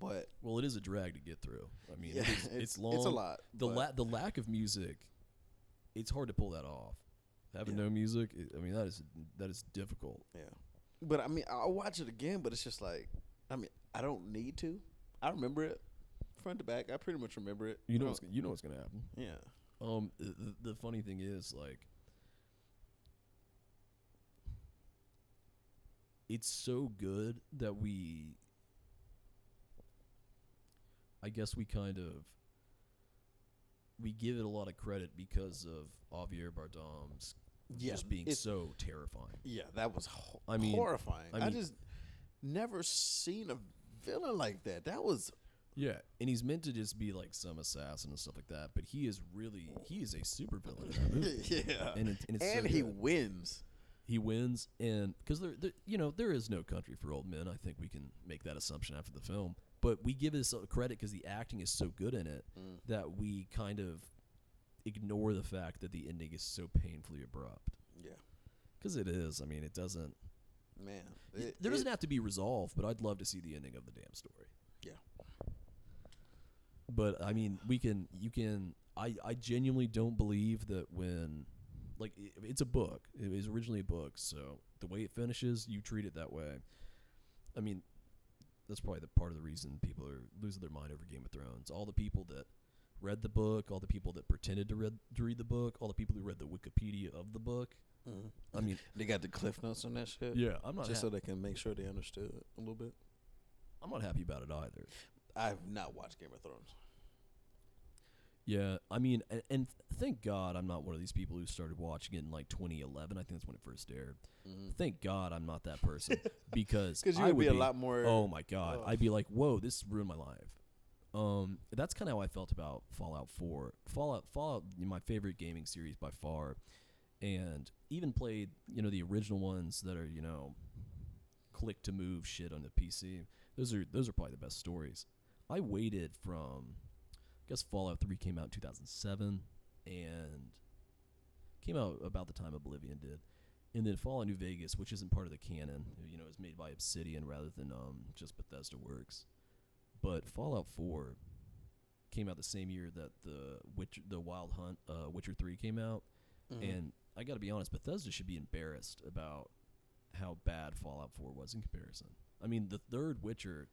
Speaker 1: but
Speaker 10: Well, it is a drag to get through. I mean,
Speaker 1: Yeah,
Speaker 10: it is, it's,
Speaker 1: it's- it's a
Speaker 10: long.
Speaker 1: lot,
Speaker 10: The
Speaker 1: but-
Speaker 10: la- the lack of music, it's hard to pull that off. Having no music, i I mean, that is that is difficult.
Speaker 1: Yeah. But I mean, I'll watch it again, but it's just like, I mean, I don't need to. I remember it front to back. I pretty much remember it.
Speaker 10: You know
Speaker 1: I
Speaker 10: what's,
Speaker 1: don't-
Speaker 10: you know what's gonna happen.
Speaker 1: Yeah.
Speaker 10: Um, th- th- the funny thing is, like, it's so good that we, I guess we kind of, we give it a lot of credit because of Javier Bardem's
Speaker 1: Yeah,
Speaker 10: just being
Speaker 1: it's-
Speaker 10: so terrifying.
Speaker 1: Yeah, that was ho-
Speaker 10: I mean-
Speaker 1: horrifying.
Speaker 10: I
Speaker 1: I,
Speaker 10: mean-
Speaker 1: just never seen a villain like that. That was
Speaker 10: Yeah, and he's meant to just be like some assassin and stuff like that, but he is really he is a super villain. In that movie.
Speaker 1: yeah,
Speaker 10: and, it, and, it's so
Speaker 1: And he
Speaker 10: good.
Speaker 1: wins.
Speaker 10: he wins and because there, there you know there is no country for old men i think we can make that assumption after the film but we give this a credit because the acting is so good in it
Speaker 1: Mm.
Speaker 10: that we kind of ignore the fact that the ending is so painfully abrupt
Speaker 1: Yeah,
Speaker 10: because it is i mean it doesn't
Speaker 1: man.
Speaker 10: y-
Speaker 1: It-
Speaker 10: there doesn't
Speaker 1: it-
Speaker 10: have to be resolved but i'd love to see the ending of the damn story
Speaker 1: Yeah.
Speaker 10: but I mean, we can. You can. I I genuinely don't believe that when, like, i it's a book. It was originally a book, so the way it finishes, you treat it that way. I mean, that's probably the part of the reason people are losing their mind over Game of Thrones. All the people that read the book, all the people that pretended to read to read the book, all the people who read the Wikipedia of the book.
Speaker 1: Mhm.
Speaker 10: I mean,
Speaker 1: They got the cliff notes on that shit.
Speaker 10: Yeah, I'm not
Speaker 1: just
Speaker 10: ha-
Speaker 1: so they can make sure they understood it a little bit.
Speaker 10: I'm not happy about it either.
Speaker 1: I've not watched Game of Thrones.
Speaker 10: Yeah, I mean, and, and thank God I'm not one of these people who started watching it in like 2011. I think that's when it first aired. Thank God I'm not that person because
Speaker 1: Mm-hmm. 'Cause you
Speaker 10: I
Speaker 1: would be a lot more-
Speaker 10: Oh my God,
Speaker 1: oh.
Speaker 10: I'd be like, whoa, this ruined my life. Um, that's kind of how I felt about Fallout 4. Fallout, Fallout, my favorite gaming series by far, and even played you know the original ones that are you know click to move shit on the PC. Those are those are probably the best stories. I waited from I guess Fallout 3 came out in 2007 and came out about the time Oblivion did. And then Fallout New Vegas, which isn't part of the canon, you know, is made by Obsidian rather than um, just Bethesda Works. But Fallout 4 came out the same year that the Witch, the Wild Hunt, uh, Witcher 3 came out.
Speaker 1: Mm-hmm.
Speaker 10: And I got to be honest, Bethesda should be embarrassed about how bad Fallout 4 was in comparison. I mean, the third Witcher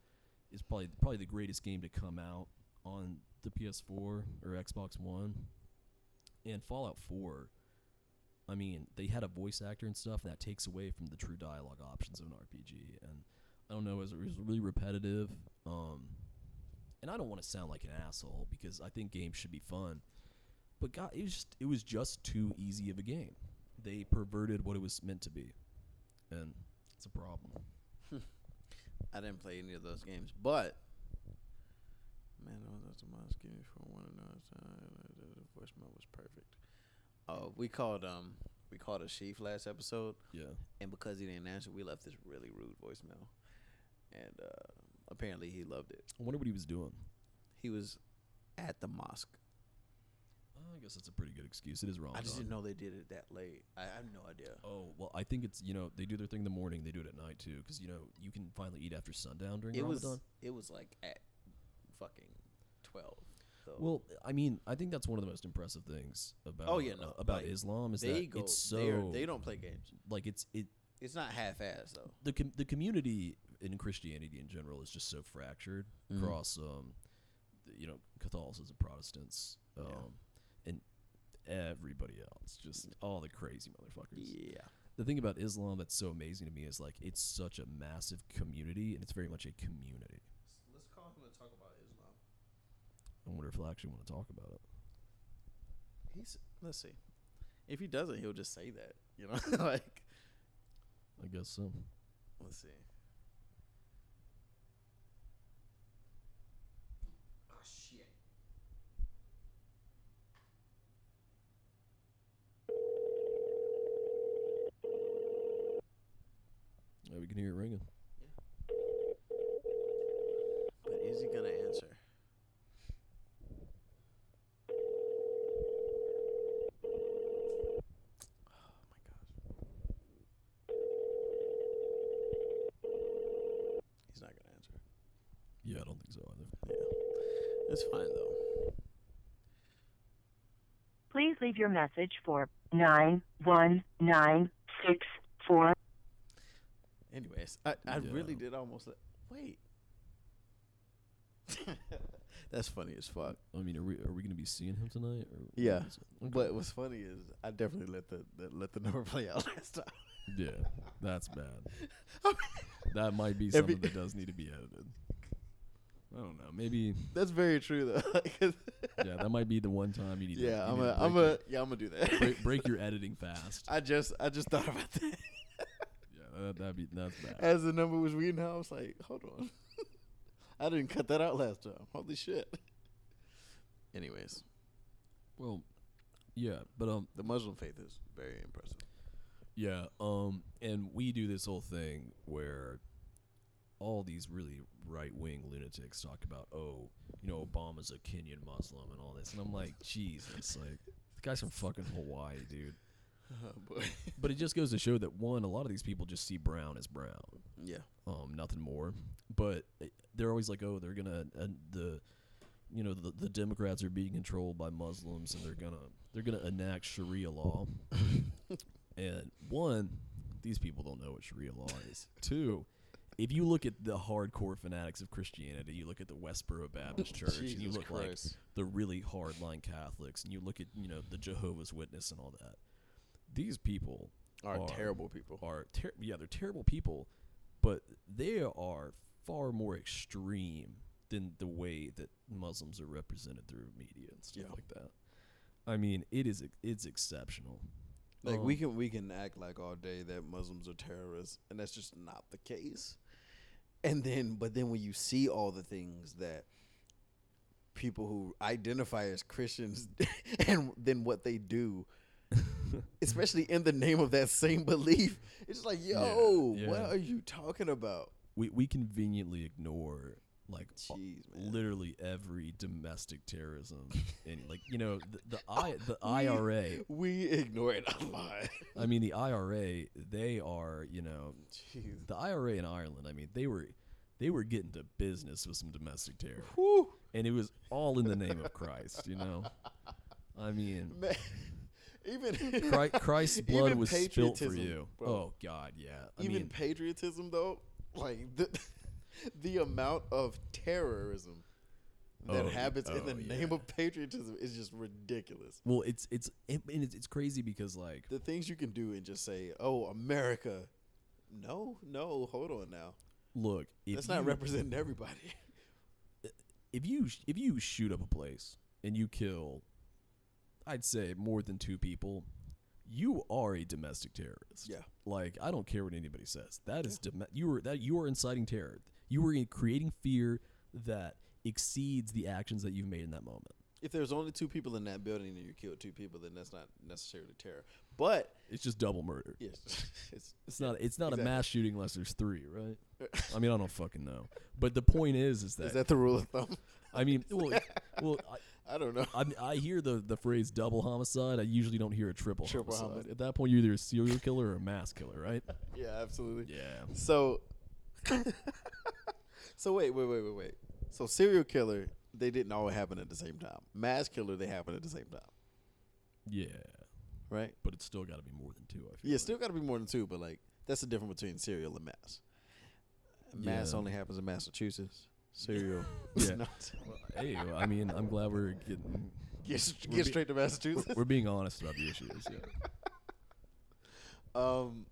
Speaker 10: is probably probably the greatest game to come out on the PS4 or Xbox One. And Fallout 4, I mean, they had a voice actor and stuff, and that takes away from the true dialogue options of an RPG. And I don't know, it was, it was really repetitive. Um, and I don't want to sound like an asshole because I think games should be fun, but God, it was just it was just too easy of a game. They perverted what it was meant to be, and it's a problem.
Speaker 1: I didn't play any of those games, but man, I was at the mosque game for one another time. The the voicemail was perfect. Uh, we called um we called a sheaf last episode,
Speaker 10: Yeah,
Speaker 1: and because he didn't answer, we left this really rude voicemail, and uh, apparently he loved it.
Speaker 10: I wonder what he was doing.
Speaker 1: He was at the mosque.
Speaker 10: I guess that's a pretty good excuse. It is wrong.
Speaker 1: I just didn't know they did it that late. I, I have no idea.
Speaker 10: Oh well, I think it's you know they do their thing in the morning, they do it at night too, because you know you can finally eat after sundown during
Speaker 1: It was
Speaker 10: Ramadan.
Speaker 1: it was like at fucking twelve. So
Speaker 10: well, I mean, I think that's one of the most impressive things about
Speaker 1: oh yeah, no,
Speaker 10: uh, about
Speaker 1: like,
Speaker 10: Islam is
Speaker 1: they
Speaker 10: that
Speaker 1: go
Speaker 10: it's
Speaker 1: they're-
Speaker 10: so
Speaker 1: they don't play games.
Speaker 10: like it's it
Speaker 1: It's not half-assed though.
Speaker 10: the com- the community in Christianity in general is just so fractured
Speaker 1: Mhm.
Speaker 10: across um, th- you know Catholicism, Protestants, um, and everybody else. Just all the crazy motherfuckers.
Speaker 1: Yeah.
Speaker 10: The thing about Islam that's so amazing to me is like it's such a massive community, and it's very much a community.
Speaker 12: Let's call him to talk about Islam.
Speaker 10: I wonder if they'll actually want to talk about it.
Speaker 1: He's let's see. If he doesn't, he'll just say that. You know, like
Speaker 10: I guess so.
Speaker 1: let's see.
Speaker 6: Oh shit.
Speaker 10: Yeah, we can hear it ringing.
Speaker 1: But is he gonna answer? Oh He's not gonna answer.
Speaker 10: Yeah, I don't think so either.
Speaker 1: It's fine though.
Speaker 13: Please leave your message for 91964.
Speaker 1: Anyways, I, I
Speaker 13: Yeah.
Speaker 1: really did almost. Let, wait. That's funny as fuck.
Speaker 10: I mean, are we are we gonna be seeing him tonight? Or what
Speaker 1: Yeah.
Speaker 10: is it?
Speaker 1: But what's funny is I definitely let the, the let the number play out last time.
Speaker 10: Yeah, that's bad. that might be
Speaker 1: Every-
Speaker 10: something that does need to be edited. I don't know. Maybe.
Speaker 1: That's very true though. 'Cause-
Speaker 10: Yeah, that might be the one time you need. to,
Speaker 1: Yeah,
Speaker 10: you
Speaker 1: I'm
Speaker 10: need
Speaker 1: gonna
Speaker 10: to
Speaker 1: I'm
Speaker 10: break
Speaker 1: gonna yeah I'm gonna do that.
Speaker 10: your- break, break your editing fast.
Speaker 1: I just I just thought about that
Speaker 10: Yeah, that, that'd be that's bad.
Speaker 1: as the number was reading. I was like, hold on, I didn't cut that out last time. Holy shit. Anyways,
Speaker 10: well, yeah, but um,
Speaker 1: the Muslim faith is very impressive.
Speaker 10: Yeah, um, and we do this whole thing where all these really right wing lunatics talk about, oh, you know, Obama's a Kenyan Muslim and all this, and I'm like, Jesus, like, the guy's from fucking Hawaii, dude. but it just goes to show that one, a lot of these people just see brown as brown.
Speaker 1: Yeah.
Speaker 10: Um, nothing more. But it- they're always like, oh, they're gonna uh, the, you know, the, the Democrats are being controlled by Muslims, and they're gonna they're gonna enact Sharia law. and one, these people don't know what Sharia law is. Two. If you look at the hardcore fanatics of Christianity, you look at the Westboro Baptist Church, and you
Speaker 1: Jesus
Speaker 10: look
Speaker 1: Christ.
Speaker 10: like the really hardline Catholics, and you look at you know the Jehovah's Witness and all that. These people
Speaker 1: Are terrible people.
Speaker 10: Are ter- yeah, they're terrible people, but they are far more extreme than the way that Muslims are represented through media and stuff like that. I mean, it is ex- it's exceptional.
Speaker 1: Like we
Speaker 10: Um,
Speaker 1: can we can act like all day that Muslims are terrorists, and that's just not the case. And then, but then when you see all the things that people who identify as Christians and then what they do, especially in the name of that same belief, it's like,
Speaker 10: Yeah,
Speaker 1: yo, what
Speaker 10: yeah.
Speaker 1: are you talking about?
Speaker 10: we we conveniently ignore like a- literally every domestic terrorism and like you know the, the
Speaker 1: Oh,
Speaker 10: I the IRA
Speaker 1: We ignore it a lot.
Speaker 10: I mean, the IRA, they are, you know, the IRA in Ireland. I mean, they were, they were getting to business with some domestic terror, and it was all in the name of Christ. You know, I mean,
Speaker 1: Man, even
Speaker 10: Chri- Christ's blood
Speaker 1: even
Speaker 10: was spilt for
Speaker 1: patriotism,
Speaker 10: you.
Speaker 1: bro.
Speaker 10: Oh God, yeah. I
Speaker 1: even
Speaker 10: mean,
Speaker 1: patriotism, though, like the the amount of terrorism that
Speaker 10: Oh, y-
Speaker 1: happens in the
Speaker 10: oh,
Speaker 1: name of patriotism is just ridiculous.
Speaker 10: well, it's it's it, and it's, it's crazy because like
Speaker 1: The things you can do and just say, "Oh, America," no, no, hold on now.
Speaker 10: Look, if
Speaker 1: that's not
Speaker 10: you-
Speaker 1: representing everybody.
Speaker 10: if you sh- if you shoot up a place and you kill, I'd say more than two people, you are a domestic terrorist.
Speaker 1: Yeah.
Speaker 10: Like I don't care what anybody says. That is dom- you are that you are inciting terror. You are creating fear that exceeds the actions that you've made in that moment.
Speaker 1: If there's only two people in that building and you kill two people, then that's not necessarily terror. But
Speaker 10: It's just double murder.
Speaker 1: yes, it's
Speaker 10: It's not it's not
Speaker 1: Exactly.
Speaker 10: a mass shooting unless there's three, right? I mean, I don't fucking know. But the point is, is that
Speaker 1: Is that the rule of thumb?
Speaker 10: I mean, well, it- well,
Speaker 1: I, don't know.
Speaker 10: I, mean, I hear the the phrase double homicide. I usually don't hear a triple,
Speaker 1: Triple
Speaker 10: homicide.
Speaker 1: homicide.
Speaker 10: At that point, you're either a serial killer or a mass killer, right?
Speaker 1: Yeah, absolutely.
Speaker 10: Yeah.
Speaker 1: So, so wait, wait, wait, wait, wait. So serial killer, they didn't all happen at the same time. Mass killer, they happen at the same time.
Speaker 10: Yeah.
Speaker 1: Right.
Speaker 10: But it's still got to be more than two. I feel.
Speaker 1: Yeah, still got to be more than two, but like That's the difference between cereal and mass. Mass
Speaker 10: Yeah.
Speaker 1: only happens in Massachusetts. Cereal.
Speaker 10: Yeah.
Speaker 1: not.
Speaker 10: Well, hey, well, I mean, I'm glad we're getting
Speaker 1: Get s-
Speaker 10: we're
Speaker 1: get straight to Massachusetts.
Speaker 10: We're, we're being honest about the issues. Yeah.
Speaker 1: Um,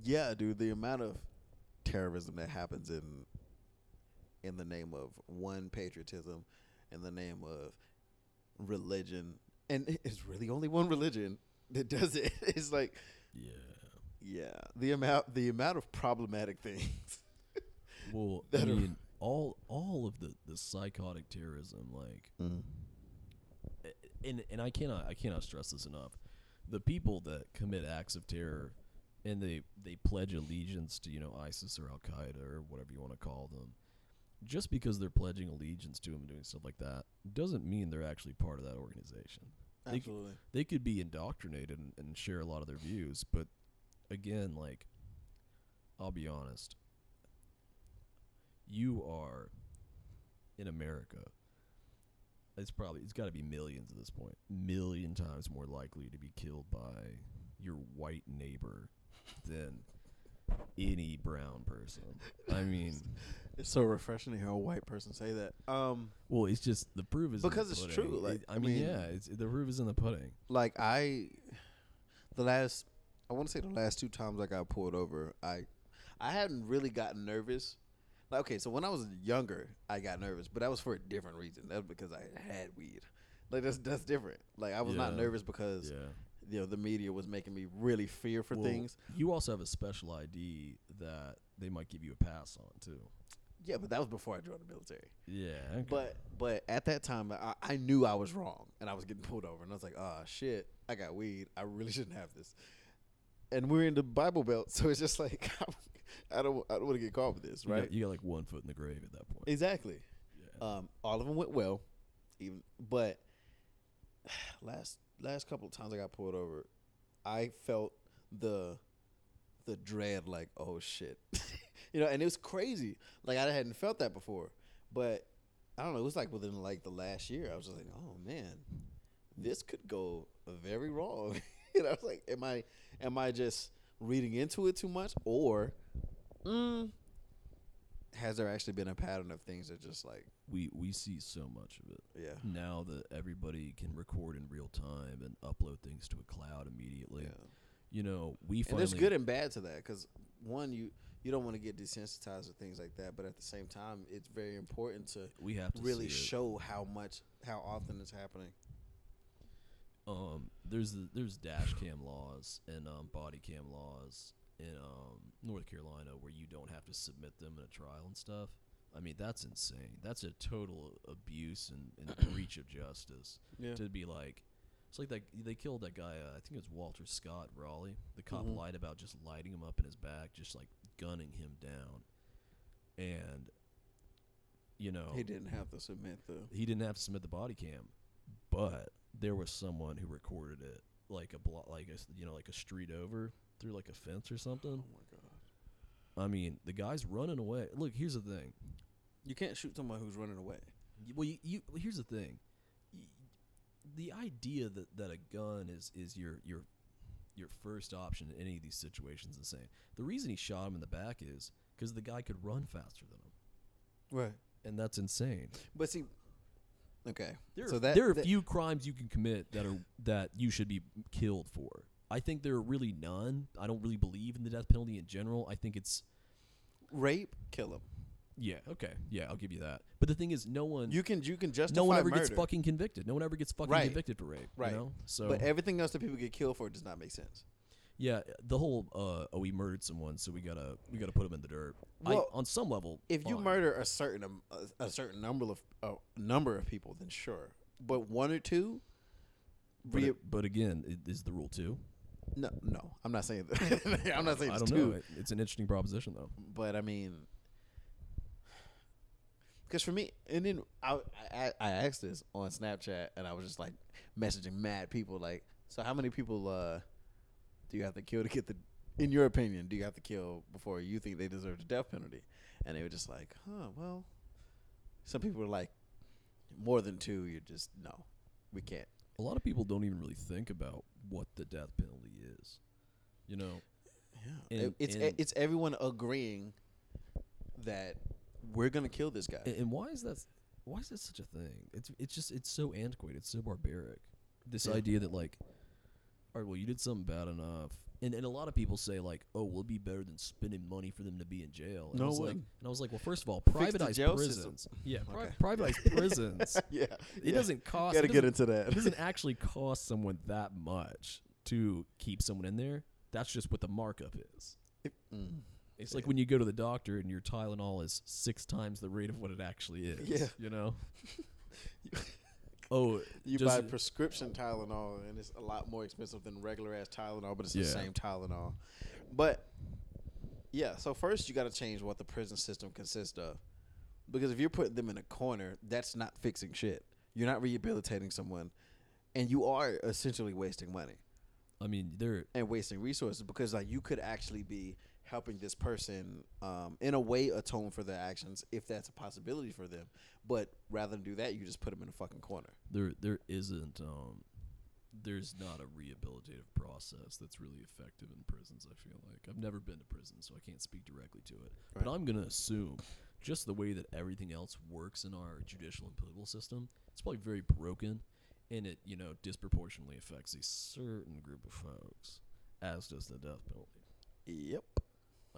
Speaker 1: yeah, dude, the amount of terrorism that happens in in the name of one patriotism, in the name of religion, and it- it's really only one religion that does it. It's like,
Speaker 10: yeah,
Speaker 1: yeah, the amount the amount of problematic things.
Speaker 10: Well, I
Speaker 1: That are-
Speaker 10: mean, all all of the the psychotic terrorism, like,
Speaker 1: Mm.
Speaker 10: a- and and I cannot I cannot stress this enough. The people that commit acts of terror and they they pledge allegiance to you know ISIS or Al Qaeda or whatever you want to call them, just because they're pledging allegiance to them and doing stuff like that doesn't mean they're actually part of that organization. They c-
Speaker 1: Absolutely.
Speaker 10: they could be indoctrinated and, and share a lot of their views, but again, like, I'll be honest, you are in America. It's probably it's got to be millions at this point, million times more likely to be killed by your white neighbor than any brown person. I mean,
Speaker 1: it's so refreshing to hear a white person say that. Um,
Speaker 10: well, it's just the proof is in the
Speaker 1: Because it's
Speaker 10: pudding.
Speaker 1: true,
Speaker 10: It-
Speaker 1: like,
Speaker 10: I,
Speaker 1: I
Speaker 10: mean,
Speaker 1: mean-
Speaker 10: yeah, it's, the proof is in the pudding.
Speaker 1: like I, the last, I want to say the last two times I got pulled over, I, I hadn't really gotten nervous. Like, okay, so when I was younger, I got nervous, but that was for a different reason. That was because I had weed. Like that's that's different. Like I was not
Speaker 10: Yeah.
Speaker 1: nervous because,
Speaker 10: Yeah.
Speaker 1: you know, the media was making me really fear for
Speaker 10: Well,
Speaker 1: things.
Speaker 10: You also have a special ID that they might give you a pass on too.
Speaker 1: Yeah, but that was before I joined the military.
Speaker 10: Yeah,
Speaker 1: But but at that time, I, I knew I was wrong, and I was getting pulled over, and I was like, "Ah, shit, I got weed. I really shouldn't have this." And we're in the Bible Belt, so it's just like I don't I don't want to get caught with this,
Speaker 10: You got-
Speaker 1: right?
Speaker 10: You got, like one foot in the grave at that point.
Speaker 1: Exactly. Um, all of them went well, even but last last couple of times I got pulled over, I felt the the dread like oh shit, you know, and it was crazy. Like I hadn't felt that before, but I don't know. It was like within like the last year, I was just like, oh man, this could go very wrong. and I was like, am I am I just reading into it too much or? Mm, has there actually been a pattern of things that just like
Speaker 10: we we see so much of it.
Speaker 1: Yeah.
Speaker 10: Now that everybody can record in real time and upload things to a cloud immediately. You know, we
Speaker 1: and
Speaker 10: finally
Speaker 1: there's good and bad to that because one you you don't want to get desensitized to things like that but at the same time it's very important to
Speaker 10: We have to
Speaker 1: really
Speaker 10: see it.
Speaker 1: show how much how often it's happening
Speaker 10: um there's the, there's dash cam laws and um, body cam laws in um, North Carolina where you don't have to submit them in a trial and stuff. I mean that's insane. That's a total abuse and, and breach of justice.
Speaker 1: Yeah.
Speaker 10: To be like, it's like that they killed that guy. Uh, I think it was Walter Scott Raleigh. The cop
Speaker 1: Mhm.
Speaker 10: lied about just lighting him up in his back, just like gunning him down, and you know
Speaker 1: He didn't have to submit the- oh
Speaker 10: he didn't have to submit the body cam, but there was someone who recorded it like a block, like a s- you know, like a street over through like a fence or something. Oh
Speaker 1: my
Speaker 10: god! I mean, the guy's running away. Look, here's the thing:
Speaker 1: you can't shoot someone who's running away.
Speaker 10: Well, you, you well, here's the thing: Y- the idea that, that a gun is is your your your first option in any of these situations is insane. The reason he shot him in the back is because the guy could run faster than him,
Speaker 1: right?
Speaker 10: And that's insane.
Speaker 1: but see okay
Speaker 10: There are,
Speaker 1: so that
Speaker 10: there are
Speaker 1: that-
Speaker 10: few crimes you can commit that are that you should be killed for. I think there are really none. I don't really believe in the death penalty in general. I think it's
Speaker 1: rape, kill him.
Speaker 10: Yeah. Okay. Yeah, I'll give you that. But the thing is, no one
Speaker 1: you can you can justify
Speaker 10: no one ever gets
Speaker 1: murder.
Speaker 10: fucking convicted. No one ever gets fucking
Speaker 1: Right.
Speaker 10: convicted for rape.
Speaker 1: right
Speaker 10: You know? So
Speaker 1: but everything else that people get killed for does not make sense
Speaker 10: yeah, the whole uh, oh we murdered someone, so we gotta we gotta put him in the dirt.
Speaker 1: Well,
Speaker 10: I, on some level,
Speaker 1: if you
Speaker 10: fine.
Speaker 1: murder a certain um, a, a certain number of a number of people, then sure. But one or two,
Speaker 10: but,
Speaker 1: re-
Speaker 10: it- but again, it is the rule too.
Speaker 1: no, no, I'm not saying that. I'm not saying
Speaker 10: I
Speaker 1: it's
Speaker 10: don't
Speaker 1: two,
Speaker 10: know. It- it's an interesting proposition though.
Speaker 1: but I mean, because for me, and then I, I I asked this on Snapchat, and I was just like messaging mad people, like, so how many people uh do you have to kill to get the? In your opinion, do you have to kill before you think they deserve the death penalty? And they were just like, huh, well, some people are like, more than two, you're just no, we can't.
Speaker 10: A lot of people don't even really think about what the death penalty is. You know,
Speaker 1: It-
Speaker 10: And-
Speaker 1: it's
Speaker 10: and-
Speaker 1: it's everyone agreeing that we're gonna kill this guy.
Speaker 10: A- And why is that? s- Why is that such a thing? It's it's just it's so antiquated. It's so barbaric. This
Speaker 1: Yeah.
Speaker 10: idea that like, all right, well, you did something bad enough, and and a lot of people say like, oh, we'll be better than spending money for them to be in jail. And I
Speaker 1: No
Speaker 10: was
Speaker 1: way.
Speaker 10: Like, and I was like, well, first of all,
Speaker 1: Fix the
Speaker 10: privatize
Speaker 1: jail system.
Speaker 10: prisons. Yeah, pri-
Speaker 1: Okay.
Speaker 10: privatize prisons.
Speaker 1: Yeah,
Speaker 10: it
Speaker 1: yeah.
Speaker 10: doesn't cost.
Speaker 1: Gotta
Speaker 10: it
Speaker 1: get
Speaker 10: doesn't-
Speaker 1: into that.
Speaker 10: It doesn't actually cost someone that much to keep someone in there. That's just what the markup is.
Speaker 1: Mm.
Speaker 10: It's like when you go to the doctor and your Tylenol is six times the rate of what it actually is.
Speaker 1: Yeah.
Speaker 10: You know? oh,
Speaker 1: You
Speaker 10: does
Speaker 1: buy
Speaker 10: it-
Speaker 1: prescription Tylenol, and it's a lot more expensive than regular ass Tylenol, but it's the
Speaker 10: Yeah.
Speaker 1: same Tylenol. But yeah, so first you got to change what the prison system consists of, because if you're putting them in a corner, that's not fixing shit. You're not rehabilitating someone, and you are essentially wasting money.
Speaker 10: I mean, they're
Speaker 1: and wasting resources because like you could actually be helping this person um, in a way atone for their actions if that's a possibility for them. But rather than do that, you just put them in a fucking corner.
Speaker 10: there there isn't um there's not a rehabilitative process that's really effective in prisons, I feel like. I've never been to prison, so I can't speak directly to it. But
Speaker 1: Right.
Speaker 10: I'm gonna assume just the way that everything else works in our judicial and political system, it's probably very broken and it, you know, disproportionately affects a certain group of folks, as does the death penalty.
Speaker 1: Yep.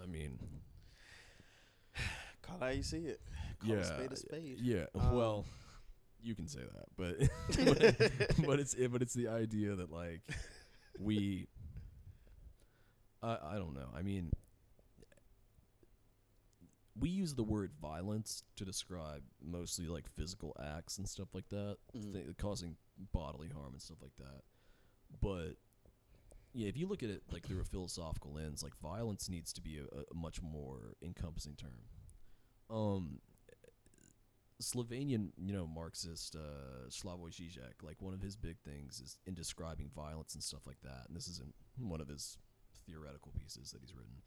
Speaker 10: I mean,
Speaker 1: Call it how you see it. Call a spade a spade.
Speaker 10: Yeah.
Speaker 1: Um,
Speaker 10: well, you can say that, but but, but it's but it's the idea that like we I I don't know. I mean we use the word violence to describe mostly like physical acts and stuff like that,
Speaker 1: Mm-hmm.
Speaker 10: thi- causing bodily harm and stuff like that. But yeah, if you look at it like through a philosophical lens, like violence needs to be a, a much more encompassing term. Um, Slovenian, you know, Marxist uh, Slavoj Žižek, like one of his big things is in describing violence and stuff like that. And this is in one of his theoretical pieces that he's written.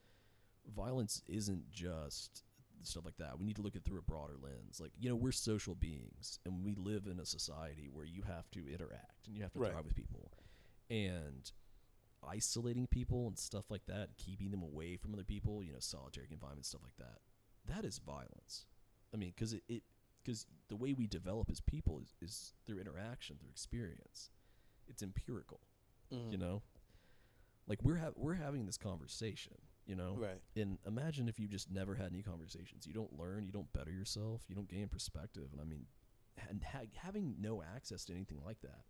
Speaker 10: Violence isn't just stuff like that. We need to look at it through a broader lens. Like, you know, we're social beings and we live in a society where you have to interact and you have to
Speaker 1: Right.
Speaker 10: thrive with people. And isolating people and stuff like that, keeping them away from other people, you know, solitary confinement, stuff like that. That is violence. I mean, because it, it because the way we develop as people is, is through interaction, through experience. It's empirical, you
Speaker 1: Mhm.
Speaker 10: know. Like we're ha- we're having this conversation, you know.
Speaker 1: Right.
Speaker 10: And imagine if you just never had any conversations. You don't learn. You don't better yourself. You don't gain perspective. And I mean, and ha- having no access to anything like that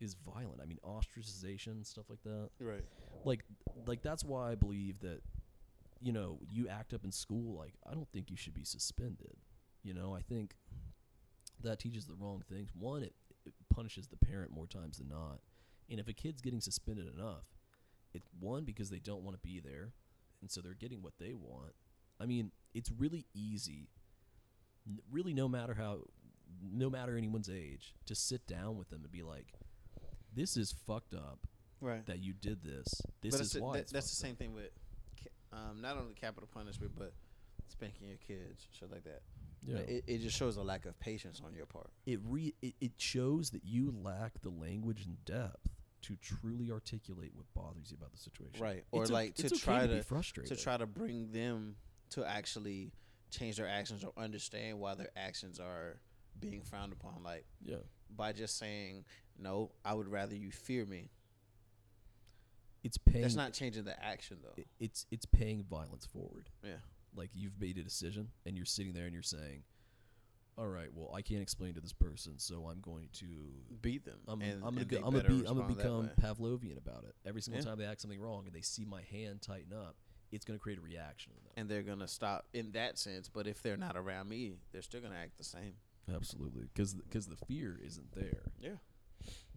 Speaker 10: is violent. I mean, ostracization, stuff like that.
Speaker 1: Right.
Speaker 10: Like, like that's why I believe that, you know, you act up in school. Like, I don't think you should be suspended. You know, I think that teaches the wrong things. One, it, it punishes the parent more times than not. And if a kid's getting suspended enough, it's one because they don't want to be there, and so they're getting what they want. I mean, it's really easy n- really no matter how no matter anyone's age to sit down with them and be like this is fucked up
Speaker 1: Right.
Speaker 10: that you did this this
Speaker 1: but
Speaker 10: is
Speaker 1: that's, the-
Speaker 10: why
Speaker 1: that-
Speaker 10: it's
Speaker 1: that's the
Speaker 10: fucked
Speaker 1: same thing with ca- um, not only capital punishment, but spanking your kids, shit like that.
Speaker 10: Yeah.
Speaker 1: It, it just shows a lack of patience on your part.
Speaker 10: up. it re it, it shows that you lack the language and depth to truly articulate what bothers you about the situation
Speaker 1: right or
Speaker 10: It's o-
Speaker 1: like to
Speaker 10: it's okay
Speaker 1: try
Speaker 10: to,
Speaker 1: to,
Speaker 10: be frustrated
Speaker 1: to try to bring them to actually change their actions or understand why their actions are being frowned upon like
Speaker 10: Yeah.
Speaker 1: by just saying no i would rather you fear me
Speaker 10: it's paying
Speaker 1: that's not changing the action though
Speaker 10: it- it's it's paying violence forward.
Speaker 1: Yeah.
Speaker 10: Like you've made a decision and you're sitting there and you're saying, "All right, well, I can't explain to this person, so I'm going to
Speaker 1: Beat them,
Speaker 10: I'm,
Speaker 1: and-
Speaker 10: I'm gonna
Speaker 1: and
Speaker 10: go,
Speaker 1: they
Speaker 10: I'm gonna
Speaker 1: better
Speaker 10: be I'm gonna
Speaker 1: respond that
Speaker 10: become
Speaker 1: way."
Speaker 10: Pavlovian about it. Every single
Speaker 1: Yeah.
Speaker 10: time they act something wrong and they see my hand tighten up, it's gonna create a reaction in them.
Speaker 1: and they're gonna stop in that sense but if they're not around me they're still gonna act the same
Speaker 10: Absolutely, because because the fear isn't there.
Speaker 1: Yeah.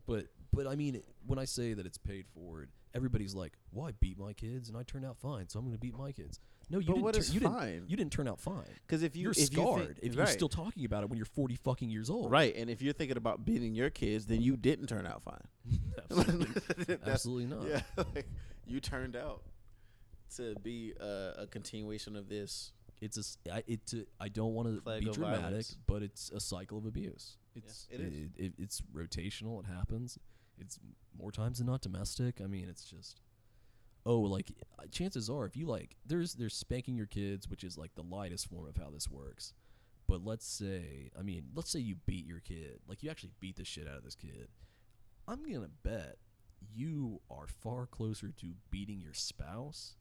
Speaker 10: But but I mean, when I say that it's paid forward, everybody's like, "Well, I beat my kids and I turned out fine, so I'm going to beat my kids." No, you
Speaker 1: But
Speaker 10: didn't.
Speaker 1: what
Speaker 10: tur-
Speaker 1: is
Speaker 10: you
Speaker 1: fine?
Speaker 10: didn't. You didn't turn out fine.
Speaker 1: 'Cause if you-
Speaker 10: you're
Speaker 1: if you think-
Speaker 10: scarred, if you're
Speaker 1: right.
Speaker 10: still talking about it when you're 40 fucking years old,
Speaker 1: right and if you're thinking about beating your kids then you didn't turn out fine
Speaker 10: Absolutely.
Speaker 1: That's-
Speaker 10: Absolutely not.
Speaker 1: yeah like, you turned out to be a, a continuation of this
Speaker 10: It's a s- I, it to, I don't want to
Speaker 1: Plague
Speaker 10: be
Speaker 1: of
Speaker 10: dramatic,
Speaker 1: violence.
Speaker 10: but it's a cycle of abuse. It's
Speaker 1: it is.
Speaker 10: It, it, it's rotational. It happens. It's more times than not domestic. I mean, it's just oh, like uh, chances are, if you like, there's there's spanking your kids, which is like the lightest form of how this works. But let's say, I mean, let's say you beat your kid, like you actually beat the shit out of this kid. I'm gonna bet you are far closer to beating your spouse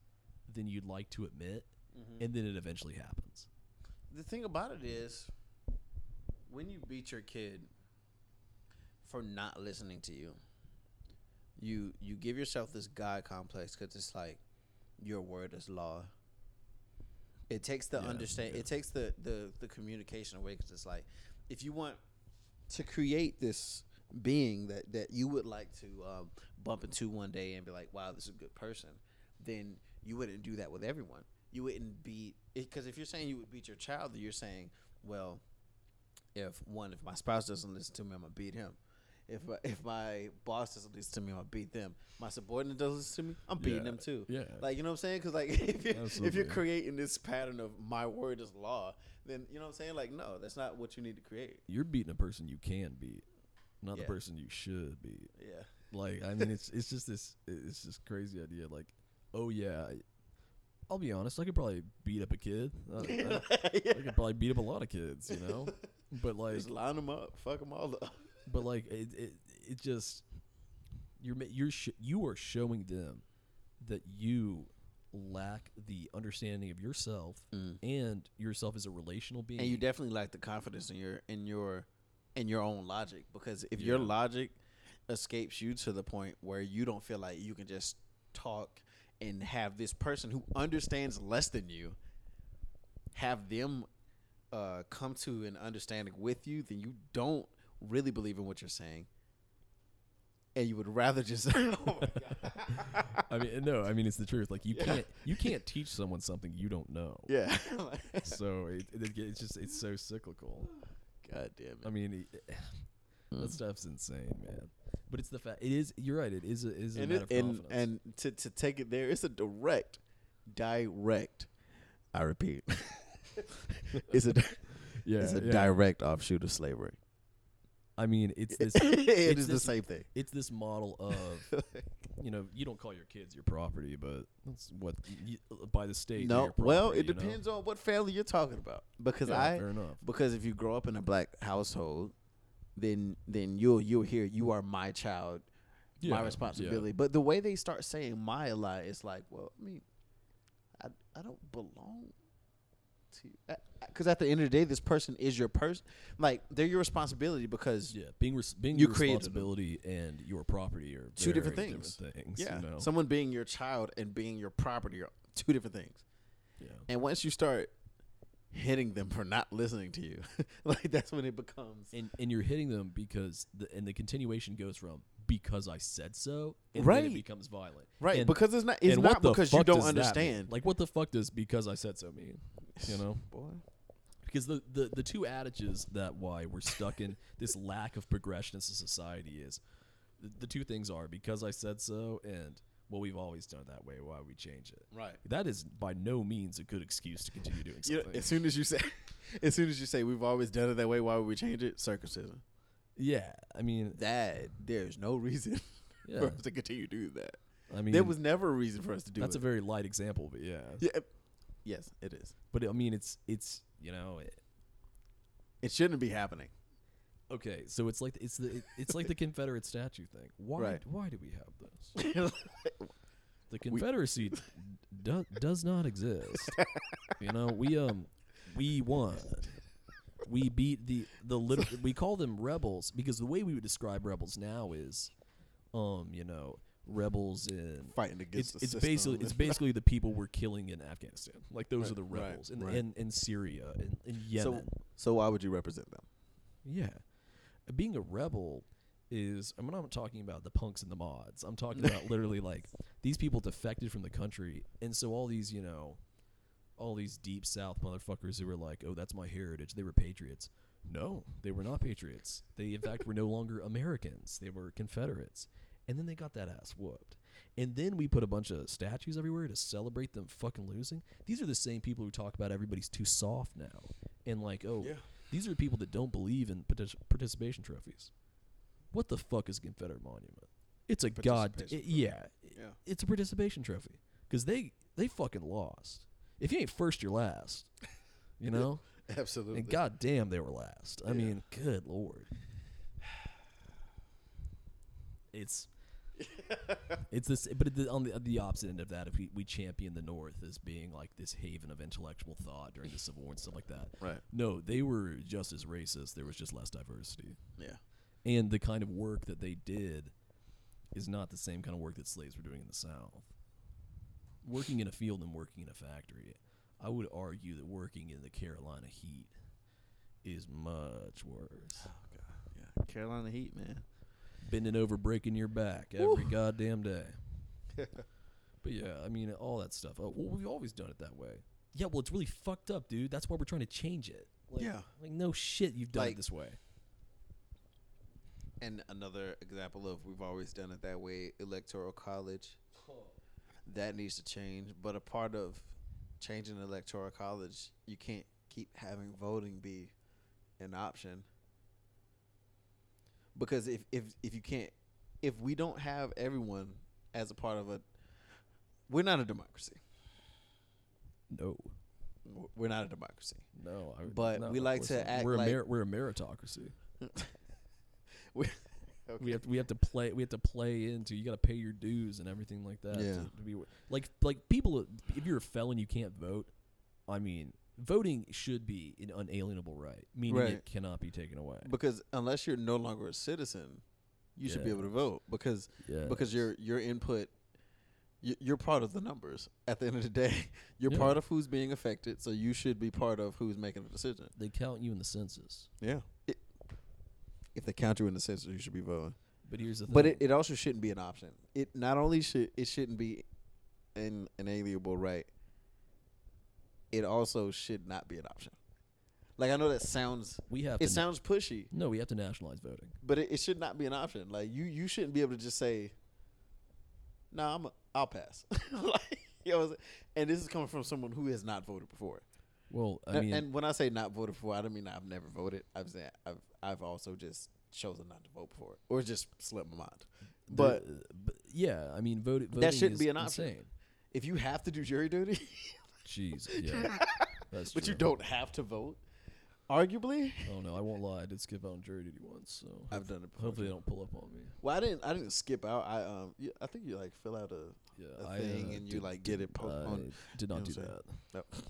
Speaker 10: than you'd like to admit,
Speaker 1: Mhm.
Speaker 10: and then it eventually happens.
Speaker 1: The thing about it is, when you beat your kid for not listening to you, you you give yourself this god complex because it's like your word is law. It takes the
Speaker 14: Yeah,
Speaker 1: understand.
Speaker 14: yeah.
Speaker 1: It takes the the the communication away because it's like if you want to create this being that that you would like to um, bump into one day and be like, wow, this is a good person, then you wouldn't do that with everyone. You wouldn't beat because if you're saying you would beat your child, then you're saying, well, if one, if my spouse doesn't listen to me, I'm gonna beat him. If my, if my boss doesn't listen to me, I'm gonna beat them. My subordinate doesn't listen to me, I'm beating
Speaker 10: Yeah,
Speaker 1: them too.
Speaker 10: yeah.
Speaker 1: like you know what I'm saying? Because like if you're, if
Speaker 10: Absolutely.
Speaker 1: you're creating this pattern of my word is law, then you know what I'm saying? Like no, that's not what you need to create.
Speaker 10: You're beating a person you can beat, not
Speaker 1: Yeah.
Speaker 10: the person you should beat.
Speaker 1: Yeah.
Speaker 10: Like I mean, it's it's just this it's this crazy idea. Like, oh yeah, I- I'll be honest, I could probably beat up a kid. I, I- I could probably beat up a lot of kids, you know. But like,
Speaker 1: Just line them up, fuck them all up.
Speaker 10: but like it, it, it just you're ma- you're sh- you are showing them that you lack the understanding of yourself and yourself as a relational being.
Speaker 1: Mm. and you definitely lack the confidence in your in your in your own logic because if your
Speaker 10: Yeah.
Speaker 1: logic escapes you to the point where you don't feel like you can just talk and have this person who understands less than you have them uh, come to an understanding with you then you don't really believe in what you're saying and you would rather just
Speaker 10: I mean, no, I mean it's the truth. Like you
Speaker 1: Yeah.
Speaker 10: can't you can't teach someone something you don't know.
Speaker 1: Yeah.
Speaker 10: so it, it, it's just it's so cyclical.
Speaker 1: God damn it. Hmm.
Speaker 10: I mean, it, that stuff's insane, man. But it's the fact. It is. You're right. It is. A, is a
Speaker 1: and,
Speaker 10: matter
Speaker 1: it,
Speaker 10: of
Speaker 1: and,
Speaker 10: confidence.
Speaker 1: and to, to take it there, it's a direct, direct. I repeat, it's a di-
Speaker 10: Yeah,
Speaker 1: it's a
Speaker 10: yeah.
Speaker 1: direct offshoot of slavery.
Speaker 10: I mean, it's this.
Speaker 1: It
Speaker 10: it's
Speaker 1: is the
Speaker 10: this-
Speaker 1: same thing.
Speaker 10: It's this model of, you know, you don't call your kids your property, but that's what you, by the state. they're
Speaker 1: no,
Speaker 10: your
Speaker 1: well,
Speaker 10: property,
Speaker 1: it
Speaker 10: you know?
Speaker 1: depends on what family you're talking about. Because
Speaker 10: Yeah,
Speaker 1: I,
Speaker 10: fair enough.
Speaker 1: because if you grow up in a black household, then then you'll you'll hear you are my child,
Speaker 10: Yeah,
Speaker 1: my
Speaker 10: yeah.
Speaker 1: responsibility. But the way they start saying my a lot is like, well, I mean, I I don't belong to you. because at the end of the day, this person is your person. Like they're your responsibility because
Speaker 10: yeah, being res- being
Speaker 1: you
Speaker 10: your
Speaker 1: created them.
Speaker 10: responsibility and your property are
Speaker 1: two different
Speaker 10: very
Speaker 1: things.
Speaker 10: things,
Speaker 1: yeah,
Speaker 10: you know?
Speaker 1: someone being your child and being your property are two different things.
Speaker 10: Yeah.
Speaker 1: And once you start hitting them for not listening to you, like that's when it becomes
Speaker 10: and and you're hitting them because the and the continuation goes from because I said so, and then
Speaker 1: Right.
Speaker 10: it becomes violent,
Speaker 1: Right,
Speaker 10: And-
Speaker 1: because it's not- it's
Speaker 10: and what
Speaker 1: not
Speaker 10: the
Speaker 1: because you
Speaker 10: fuck
Speaker 1: don't
Speaker 10: does that mean?
Speaker 1: understand.
Speaker 10: Like what the fuck does because I said so mean? You know,
Speaker 1: boy.
Speaker 10: Because the, the, the two adages that why we're stuck in this lack of progression as a society is the, the two things are because I said so and well we've always done it that way why we change it
Speaker 1: Right.
Speaker 10: that is by no means a good excuse to continue doing
Speaker 1: You know,
Speaker 10: something
Speaker 1: as soon as you say, as soon as you say, we've always done it that way. Why would we change it? Circumcision.
Speaker 10: Yeah, I mean
Speaker 1: that. There's no reason
Speaker 10: Yeah.
Speaker 1: for us to continue doing that.
Speaker 10: I mean
Speaker 1: there was never a reason for us to do
Speaker 10: that's
Speaker 1: it.
Speaker 10: a very light example but yeah
Speaker 1: Yeah, uh, yes, it is.
Speaker 10: but I mean it's it's you know it,
Speaker 1: it shouldn't be happening
Speaker 10: okay so it's like it's the it's like the Confederate statue thing why
Speaker 1: Right.
Speaker 10: why do we have this the Confederacy d- do, does not exist. you know, we um we won. We beat the the lit- we call them rebels because the way we would describe rebels now is um you know rebels in
Speaker 1: Fighting against
Speaker 10: it's,
Speaker 1: the
Speaker 10: it's
Speaker 1: system.
Speaker 10: basically it's basically the people we're killing in Afghanistan like those
Speaker 1: Right,
Speaker 10: are the
Speaker 1: right,
Speaker 10: rebels in,
Speaker 1: right.
Speaker 10: in in Syria in, in Yemen
Speaker 1: So, so why would you represent them?
Speaker 10: yeah. Uh, Being a rebel is I'm not talking about the punks and the mods. I'm talking about literally like these people defected from the country and so all these, you know, all these deep south motherfuckers who were like, "Oh, that's my heritage." They were patriots. No, they were not patriots. They in fact were no longer Americans. They were Confederates. And then they got that ass whooped. And then we put a bunch of statues everywhere to celebrate them fucking losing. These are the same people who talk about everybody's too soft now. And like, oh,
Speaker 1: Yeah.
Speaker 10: these are the people that don't believe in partic- participation trophies. What the fuck is a Confederate monument? It's a god. eh,
Speaker 1: Participation
Speaker 10: yeah,
Speaker 1: trophy. Yeah.
Speaker 10: It's a participation trophy because they they fucking lost. If you ain't first, you're last. You know.
Speaker 1: Absolutely.
Speaker 10: And goddamn, they were last. I mean, good lord. It's it's this, but it- on the the opposite end of that, if we, we champion the North as being like this haven of intellectual thought during the Civil War and stuff like that,
Speaker 1: Right.
Speaker 10: No, they were just as racist. There was just less diversity.
Speaker 1: Yeah.
Speaker 10: and the kind of work that they did is not the same kind of work that slaves were doing in the South. Working in a field and working in a factory, I would argue that working in the Carolina heat is much worse.
Speaker 1: Yeah. Carolina Heat, man.
Speaker 10: Bending over, breaking your back every goddamn day. But yeah, I mean, all that stuff. Oh, well, we've always done it that way. Yeah, well, it's really fucked up, dude. That's why we're trying to change it. Like,
Speaker 1: Yeah.
Speaker 10: Like, no shit, you've done
Speaker 1: Like-
Speaker 10: it this way.
Speaker 1: And another example of we've always done it that way, electoral college. That needs to change. But a part of changing electoral college, you can't keep having voting be an option. Because if, if, if you can't if we don't have everyone as a part of a we're not a democracy.
Speaker 10: No.
Speaker 1: We're not a democracy.
Speaker 10: No, I,
Speaker 1: But
Speaker 10: no,
Speaker 1: we
Speaker 10: of
Speaker 1: like
Speaker 10: course
Speaker 1: to
Speaker 10: not.
Speaker 1: act
Speaker 10: we're
Speaker 1: like
Speaker 10: a mer- we're a meritocracy.
Speaker 1: we,
Speaker 10: we have to, we have to play we have to play into you got to pay your dues and everything like that. to-
Speaker 1: Yeah.
Speaker 10: to be wor- like like people if you're a felon you can't vote. I mean, voting should be an unalienable right, meaning
Speaker 1: Right.
Speaker 10: it cannot be taken away.
Speaker 1: because unless you're no longer a citizen, you should be
Speaker 10: Yeah.
Speaker 1: able to vote because because your your input y- you're part of the numbers at the end of the day you're
Speaker 10: Yeah.
Speaker 1: part of who's being affected so you should be part of who's making the decision
Speaker 10: They count you in the census.
Speaker 1: yeah it, if they count you in the census you should be voting
Speaker 10: But here's the
Speaker 1: but
Speaker 10: thing.
Speaker 1: it, it also shouldn't be an option it not only should it shouldn't be an inalienable right it also should not be an option like i know that sounds
Speaker 10: we have
Speaker 1: it
Speaker 10: to-
Speaker 1: sounds pushy
Speaker 10: No, we have to nationalize voting.
Speaker 1: but it, it should not be an option. Like you, you shouldn't be able to just say, "No, nah, I'm, a, I'll pass." like, you know, what I'm saying? and this is coming from someone who has not voted before.
Speaker 10: Well, I
Speaker 1: and,
Speaker 10: mean-
Speaker 1: and when I say not voted before, I don't mean I've never voted. I'm saying I've, I've also just chosen not to vote for it, or just slipped my mind.
Speaker 10: The-
Speaker 1: But
Speaker 10: but yeah, I mean, vote, voting
Speaker 1: that shouldn't
Speaker 10: is
Speaker 1: be an option.
Speaker 10: Insane.
Speaker 1: If you have to do jury duty,
Speaker 10: Jeez, yeah, that's
Speaker 1: but you
Speaker 10: true.
Speaker 1: don't have to vote. Arguably,
Speaker 10: Oh no, I won't lie. I did skip out on jury duty once, so
Speaker 1: I've done it before,
Speaker 10: Hopefully, they don't pull up on me.
Speaker 1: well, I didn't. I didn't skip out. I um, you- I think you like fill out a, a
Speaker 10: I,
Speaker 1: thing
Speaker 10: uh,
Speaker 1: and you
Speaker 10: did-
Speaker 1: like get
Speaker 10: did-
Speaker 1: it po- on.
Speaker 10: I
Speaker 1: you
Speaker 10: did not
Speaker 1: know what
Speaker 10: do
Speaker 1: I'm
Speaker 10: that.
Speaker 1: saying? No.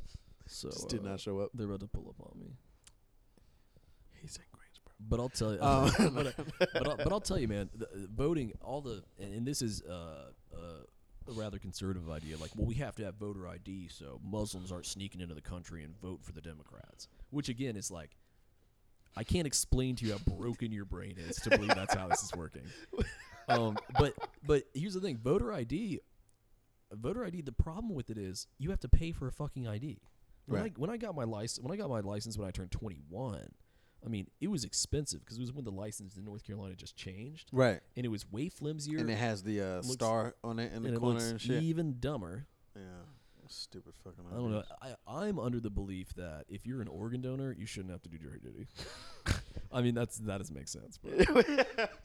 Speaker 10: So
Speaker 1: Just did
Speaker 10: uh,
Speaker 1: not show up.
Speaker 10: They're about to pull up on me.
Speaker 1: He's in Greensboro.
Speaker 10: But I'll tell you.
Speaker 1: Um,
Speaker 10: but, I, but, I'll, but I'll tell you, man. The, the voting, all the, and, and this is uh, uh, a rather conservative idea. Like, well, we have to have voter ID so Muslims aren't sneaking into the country and vote for the Democrats. Which again is like, I can't explain to you how broken your brain is to believe that's how this is working. Um, but but here's the thing: voter ID, voter ID. The problem with it is you have to pay for a fucking ID. When,
Speaker 1: Right.
Speaker 10: I, when I got my license, when I got my license when I turned 21, I mean it was expensive because it was when the license in North Carolina just changed.
Speaker 1: Right.
Speaker 10: And it was way flimsier.
Speaker 1: And it has the, uh, star on it in the
Speaker 10: and
Speaker 1: corner
Speaker 10: looks
Speaker 1: and shit.
Speaker 10: Even dumber.
Speaker 1: Yeah, stupid fucking.
Speaker 10: I don't know. I, I'm under the belief that if you're an organ donor, you shouldn't have to do jury duty. I mean, that's that doesn't make sense, but,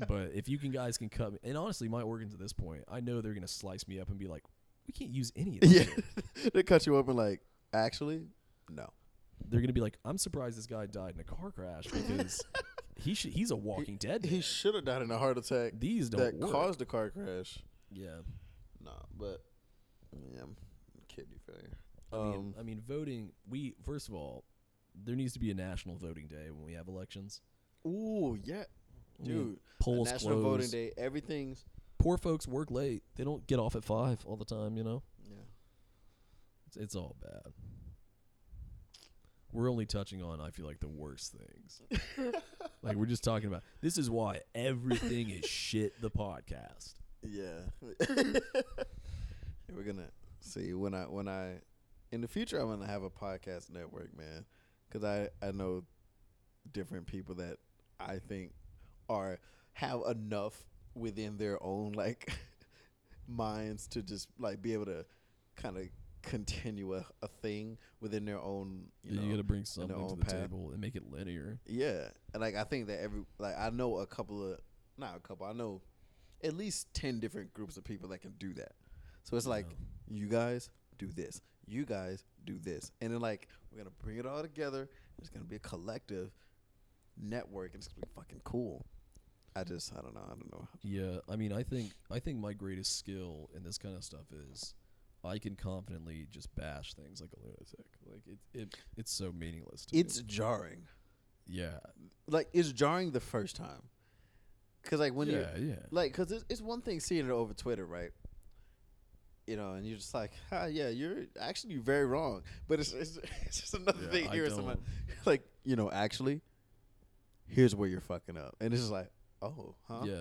Speaker 10: but if you can guys can cut me, and honestly, my organs at this point, I know they're gonna slice me up and be like, we can't use any of this.
Speaker 1: Yeah,
Speaker 10: shit."
Speaker 1: they cut you open like actually, no.
Speaker 10: They're gonna be like, I'm surprised this guy died in a car crash because he should, he's a walking dead.
Speaker 1: He should have died in a heart attack.
Speaker 10: These don't
Speaker 1: that
Speaker 10: work.
Speaker 1: caused the car crash.
Speaker 10: Yeah.
Speaker 1: No, but yeah, I'm kidney failure.
Speaker 10: I mean,
Speaker 1: um,
Speaker 10: I mean, voting. We first of all, there needs to be a national voting day when we have elections.
Speaker 1: Ooh yeah,
Speaker 10: I mean,
Speaker 1: dude.
Speaker 10: polls
Speaker 1: National Voting
Speaker 10: closed.
Speaker 1: Day. Everything's
Speaker 10: Poor folks work late. They don't get off at five all the time. You know.
Speaker 1: yeah.
Speaker 10: It's, it's all bad. We're only touching on, I feel like, the worst things. like we're just talking about. This is why everything is shit. The podcast.
Speaker 1: Yeah. We're gonna see when I when I in the future I'm gonna have a podcast network, man, because I I know different people that I think are have enough within their own like minds to just like be able to kind of continue a, a thing within their own you
Speaker 10: You,
Speaker 1: know
Speaker 10: got to
Speaker 1: in
Speaker 10: bring
Speaker 1: their
Speaker 10: something to
Speaker 1: own
Speaker 10: the
Speaker 1: path.
Speaker 10: table and make it linear.
Speaker 1: Yeah, and like I think that every like I know a couple of not a couple. I know at least ten different groups of people that can do that. So it's like you guys do this, you guys do this, and then like we're gonna bring it all together. It's gonna be a collective network, and it's gonna be fucking cool. I just I don't know I don't know.
Speaker 10: Yeah, I mean, I think I think my greatest skill in this kind of stuff is I can confidently just bash things like a lunatic. Like it, it it's so meaningless. To
Speaker 1: It's
Speaker 10: me.
Speaker 1: jarring.
Speaker 10: Yeah,
Speaker 1: like it's jarring the first time because like when
Speaker 10: Yeah,
Speaker 1: you
Speaker 10: yeah.
Speaker 1: like because it's, it's one thing seeing it over twitter right you know and you're just like ah, yeah you're actually very wrong but it's it's, it's just another
Speaker 10: Yeah,
Speaker 1: thing
Speaker 10: I
Speaker 1: here someone like you know actually here's where you're fucking up and it's just like oh huh
Speaker 10: yeah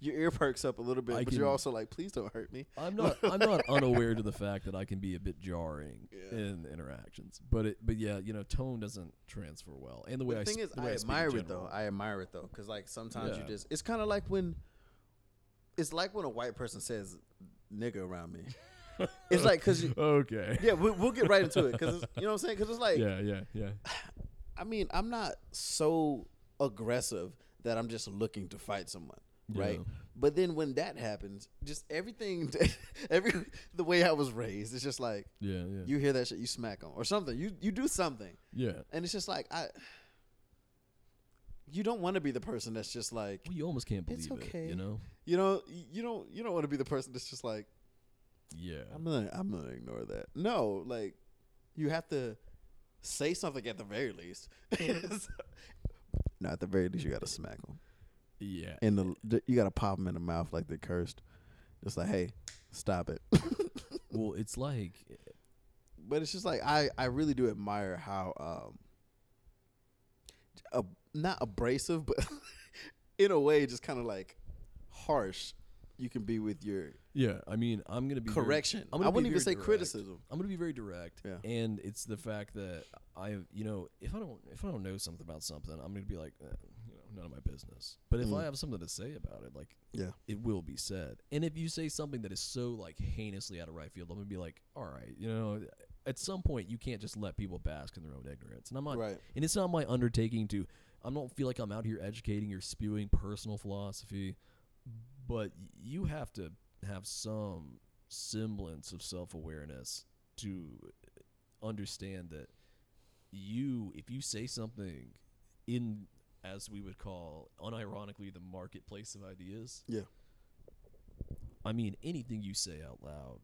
Speaker 1: your ear perks up a little bit
Speaker 10: I
Speaker 1: but
Speaker 10: can-
Speaker 1: you're also like please don't hurt me
Speaker 10: I'm not I'm not unaware to the fact that I can be a bit jarring in interactions, but it but yeah, you know, tone doesn't transfer well, and the way
Speaker 1: But
Speaker 10: I
Speaker 1: the thing
Speaker 10: sp-
Speaker 1: is,
Speaker 10: the way
Speaker 1: I
Speaker 10: speak in
Speaker 1: admire it
Speaker 10: general.
Speaker 1: though. I admire it though, because like sometimes
Speaker 10: Yeah.
Speaker 1: you just—it's kind of like when, it's like when a white person says "nigga" around me. it's like because
Speaker 10: okay,
Speaker 1: yeah, we, we'll get right into it because you know what I'm saying. Because it's like,
Speaker 10: yeah, yeah, yeah.
Speaker 1: I mean, I'm not so aggressive that I'm just looking to fight someone, right?
Speaker 10: Yeah.
Speaker 1: But then when that happens, just everything, every the way I was raised, it's just like,
Speaker 10: Yeah, yeah.
Speaker 1: you hear that shit, you smack them or something, you you do something,
Speaker 10: Yeah.
Speaker 1: and it's just like I. You don't want to be the person that's just like.
Speaker 10: Well, you almost can't
Speaker 1: "It's
Speaker 10: believe it, you
Speaker 1: okay."
Speaker 10: know?
Speaker 1: You know, you don't you don't want to be the person that's just like,
Speaker 10: yeah.
Speaker 1: I'm gonna I'm gonna ignore that. No, like, you have to say something at the very least. no, at the very least, you gotta smack them.
Speaker 10: Yeah.
Speaker 1: In the, the you gotta pop them in the mouth like they cursed. Just like, hey, stop it.
Speaker 10: well, it's like.
Speaker 1: But it's just like I I really do admire how um. ab- not abrasive, but in a way, just kind of like harsh. You can be with your
Speaker 10: Yeah, I mean, I'm gonna be very-
Speaker 1: Correction.
Speaker 10: I'm gonna
Speaker 1: I wouldn't
Speaker 10: be
Speaker 1: even
Speaker 10: very
Speaker 1: say
Speaker 10: direct.
Speaker 1: criticism.
Speaker 10: I'm gonna be very direct. Yeah. And it's the fact that I, you know, if I don't, if I don't know something about something, I'm gonna be like, eh, you know, none of my business. But if
Speaker 1: Mm.
Speaker 10: I have something to say about it, like,
Speaker 1: Yeah.
Speaker 10: it will be said. And if you say something that is so like heinously out of right field, I'm gonna be like, all right, you know. At some point, you can't just let people bask in their own ignorance, and I'm not.
Speaker 1: Right.
Speaker 10: And it's not my undertaking to. I don't feel like I'm out here educating or spewing personal philosophy but y- you have to have some semblance of self-awareness to understand that you if you say something in as we would call unironically the marketplace of ideas
Speaker 1: yeah
Speaker 10: i mean anything you say out loud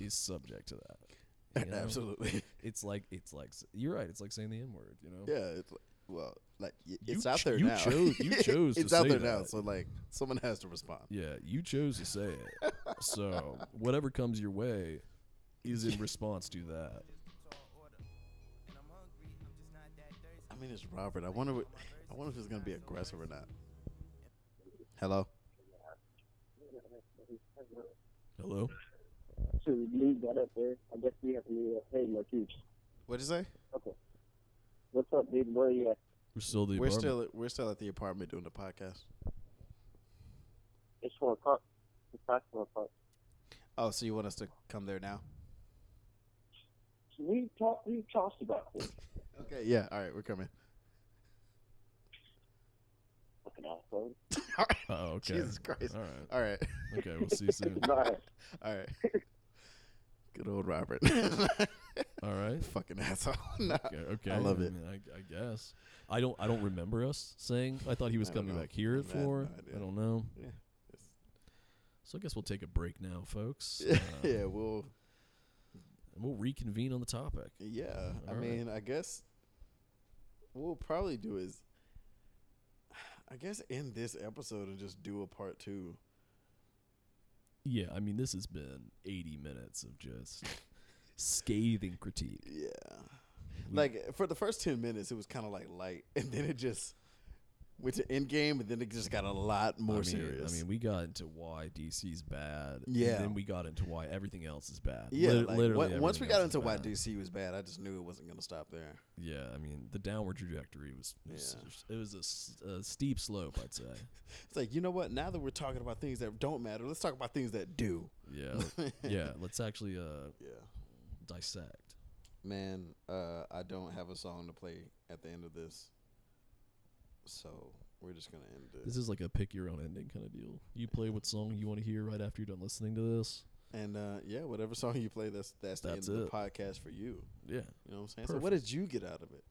Speaker 10: is subject to that you know?
Speaker 1: Absolutely.
Speaker 10: it's like it's like s- you're right it's like saying the n-word you know
Speaker 1: Yeah, it's like, well, like y-
Speaker 10: You
Speaker 1: it's out
Speaker 10: ch-
Speaker 1: there
Speaker 10: you
Speaker 1: now.
Speaker 10: chose- you chose to
Speaker 1: it's out
Speaker 10: say
Speaker 1: there now,
Speaker 10: that.
Speaker 1: so like someone has to respond.
Speaker 10: Yeah, you chose to say it. so whatever comes your way is in response to that.
Speaker 1: I mean, it's Robert. I wonder. What, I wonder if he's gonna be aggressive or not. Hello.
Speaker 10: Hello.
Speaker 15: Should we leave that up there? I guess we have to leave it. Hey, look, you.
Speaker 1: What'd you say?
Speaker 15: Okay. What's up, dude? Where you at?
Speaker 10: We're still the
Speaker 1: We're
Speaker 10: apartment.
Speaker 1: still at- we're still at the apartment doing the podcast.
Speaker 15: It's four o'clock. It's past four o'clock.
Speaker 1: Oh, so you want us to come there now?
Speaker 15: Should we talk? We talked about this.
Speaker 1: Okay. Yeah. All right. We're coming.
Speaker 15: Fucking asshole.
Speaker 10: Oh, okay.
Speaker 1: Jesus Christ.
Speaker 10: All right.
Speaker 1: All right.
Speaker 10: Okay, we'll see you soon.
Speaker 1: All right. Good old Robert.
Speaker 10: All right.
Speaker 1: Fucking asshole. Nah.
Speaker 10: Okay, okay.
Speaker 1: I love
Speaker 10: I
Speaker 1: it.
Speaker 10: mean, I, I guess. I don't. I don't remember us saying. I thought he was
Speaker 1: I don't
Speaker 10: coming
Speaker 1: know.
Speaker 10: back here
Speaker 1: I
Speaker 10: at
Speaker 1: have no
Speaker 10: four.
Speaker 1: idea.
Speaker 10: I don't know.
Speaker 1: Yeah.
Speaker 10: So I guess we'll take a break now, folks. Uh,
Speaker 1: yeah. We'll.
Speaker 10: And we'll reconvene on the topic.
Speaker 1: Yeah, I
Speaker 10: All right.
Speaker 1: mean, I guess what we'll probably do is, I guess, end this episode and just do a part two.
Speaker 10: Yeah, I mean, this has been 80 minutes of just scathing critique.
Speaker 1: Yeah. Like for the first ten minutes, it was kind of like light, and then it just went to end game, and then it just got a lot more
Speaker 10: I mean,
Speaker 1: serious.
Speaker 10: I mean, we got into why DC's bad.
Speaker 1: Yeah.
Speaker 10: And then we got into why everything else is bad.
Speaker 1: yeah,
Speaker 10: Lit-
Speaker 1: like,
Speaker 10: literally.
Speaker 1: on- once we
Speaker 10: everything
Speaker 1: got
Speaker 10: else
Speaker 1: into
Speaker 10: is
Speaker 1: why
Speaker 10: bad.
Speaker 1: DC was bad, I just knew it wasn't gonna stop there.
Speaker 10: Yeah, I mean, the downward trajectory was. It was, it was a s- a, steep slope, I'd say.
Speaker 1: It's like you know what? Now that we're talking about things that don't matter, let's talk about things that do.
Speaker 10: Yeah. l- yeah. Let's actually. Uh,
Speaker 1: yeah.
Speaker 10: Dissect.
Speaker 1: Man, uh, I don't have a song to play at the end of this, so We're just gonna end it.
Speaker 10: This is like a pick your own ending kind of deal. You play what song you want to hear right after you're done listening to this.
Speaker 1: And uh, yeah, whatever song you play, that's that's, the
Speaker 10: That's
Speaker 1: end of
Speaker 10: it.
Speaker 1: the podcast for you.
Speaker 10: Yeah.
Speaker 1: you know what I'm saying. So what did you get out of it?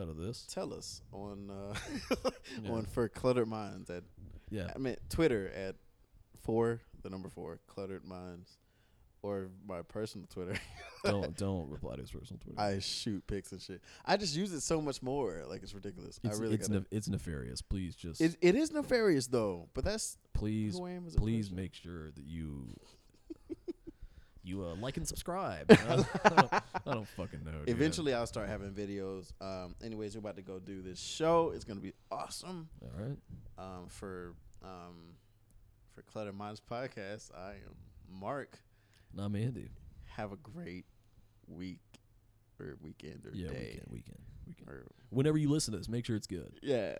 Speaker 10: Out of this,
Speaker 1: tell us on uh,
Speaker 10: Yeah.
Speaker 1: on for cluttered minds at
Speaker 10: Yeah.
Speaker 1: I mean Twitter at four the number four cluttered minds or my personal Twitter.
Speaker 10: don't don't reply to his personal Twitter.
Speaker 1: I shoot pics and shit. I just use it so much more. Like it's ridiculous.
Speaker 10: It's,
Speaker 1: I really
Speaker 10: it's,
Speaker 1: gotta,
Speaker 10: nef- it's nefarious. Please just
Speaker 1: it, it is nefarious though, but that's
Speaker 10: please
Speaker 1: who I am as a
Speaker 10: please make sure that you you uh, like and subscribe. I, don't, I don't- I don't fucking know. dude.
Speaker 1: Eventually, I'll start having videos. Um, anyways, we're about to go do this show. It's gonna be awesome.
Speaker 10: All right.
Speaker 1: Um, for um, for Clutter Minds podcast, I am Mark.
Speaker 10: And I'm Andy.
Speaker 1: Have a great week or weekend or
Speaker 10: Yeah,
Speaker 1: day.
Speaker 10: weekend, weekend,
Speaker 1: Or,
Speaker 10: Whenever you listen to this, make sure it's good.
Speaker 1: yeah.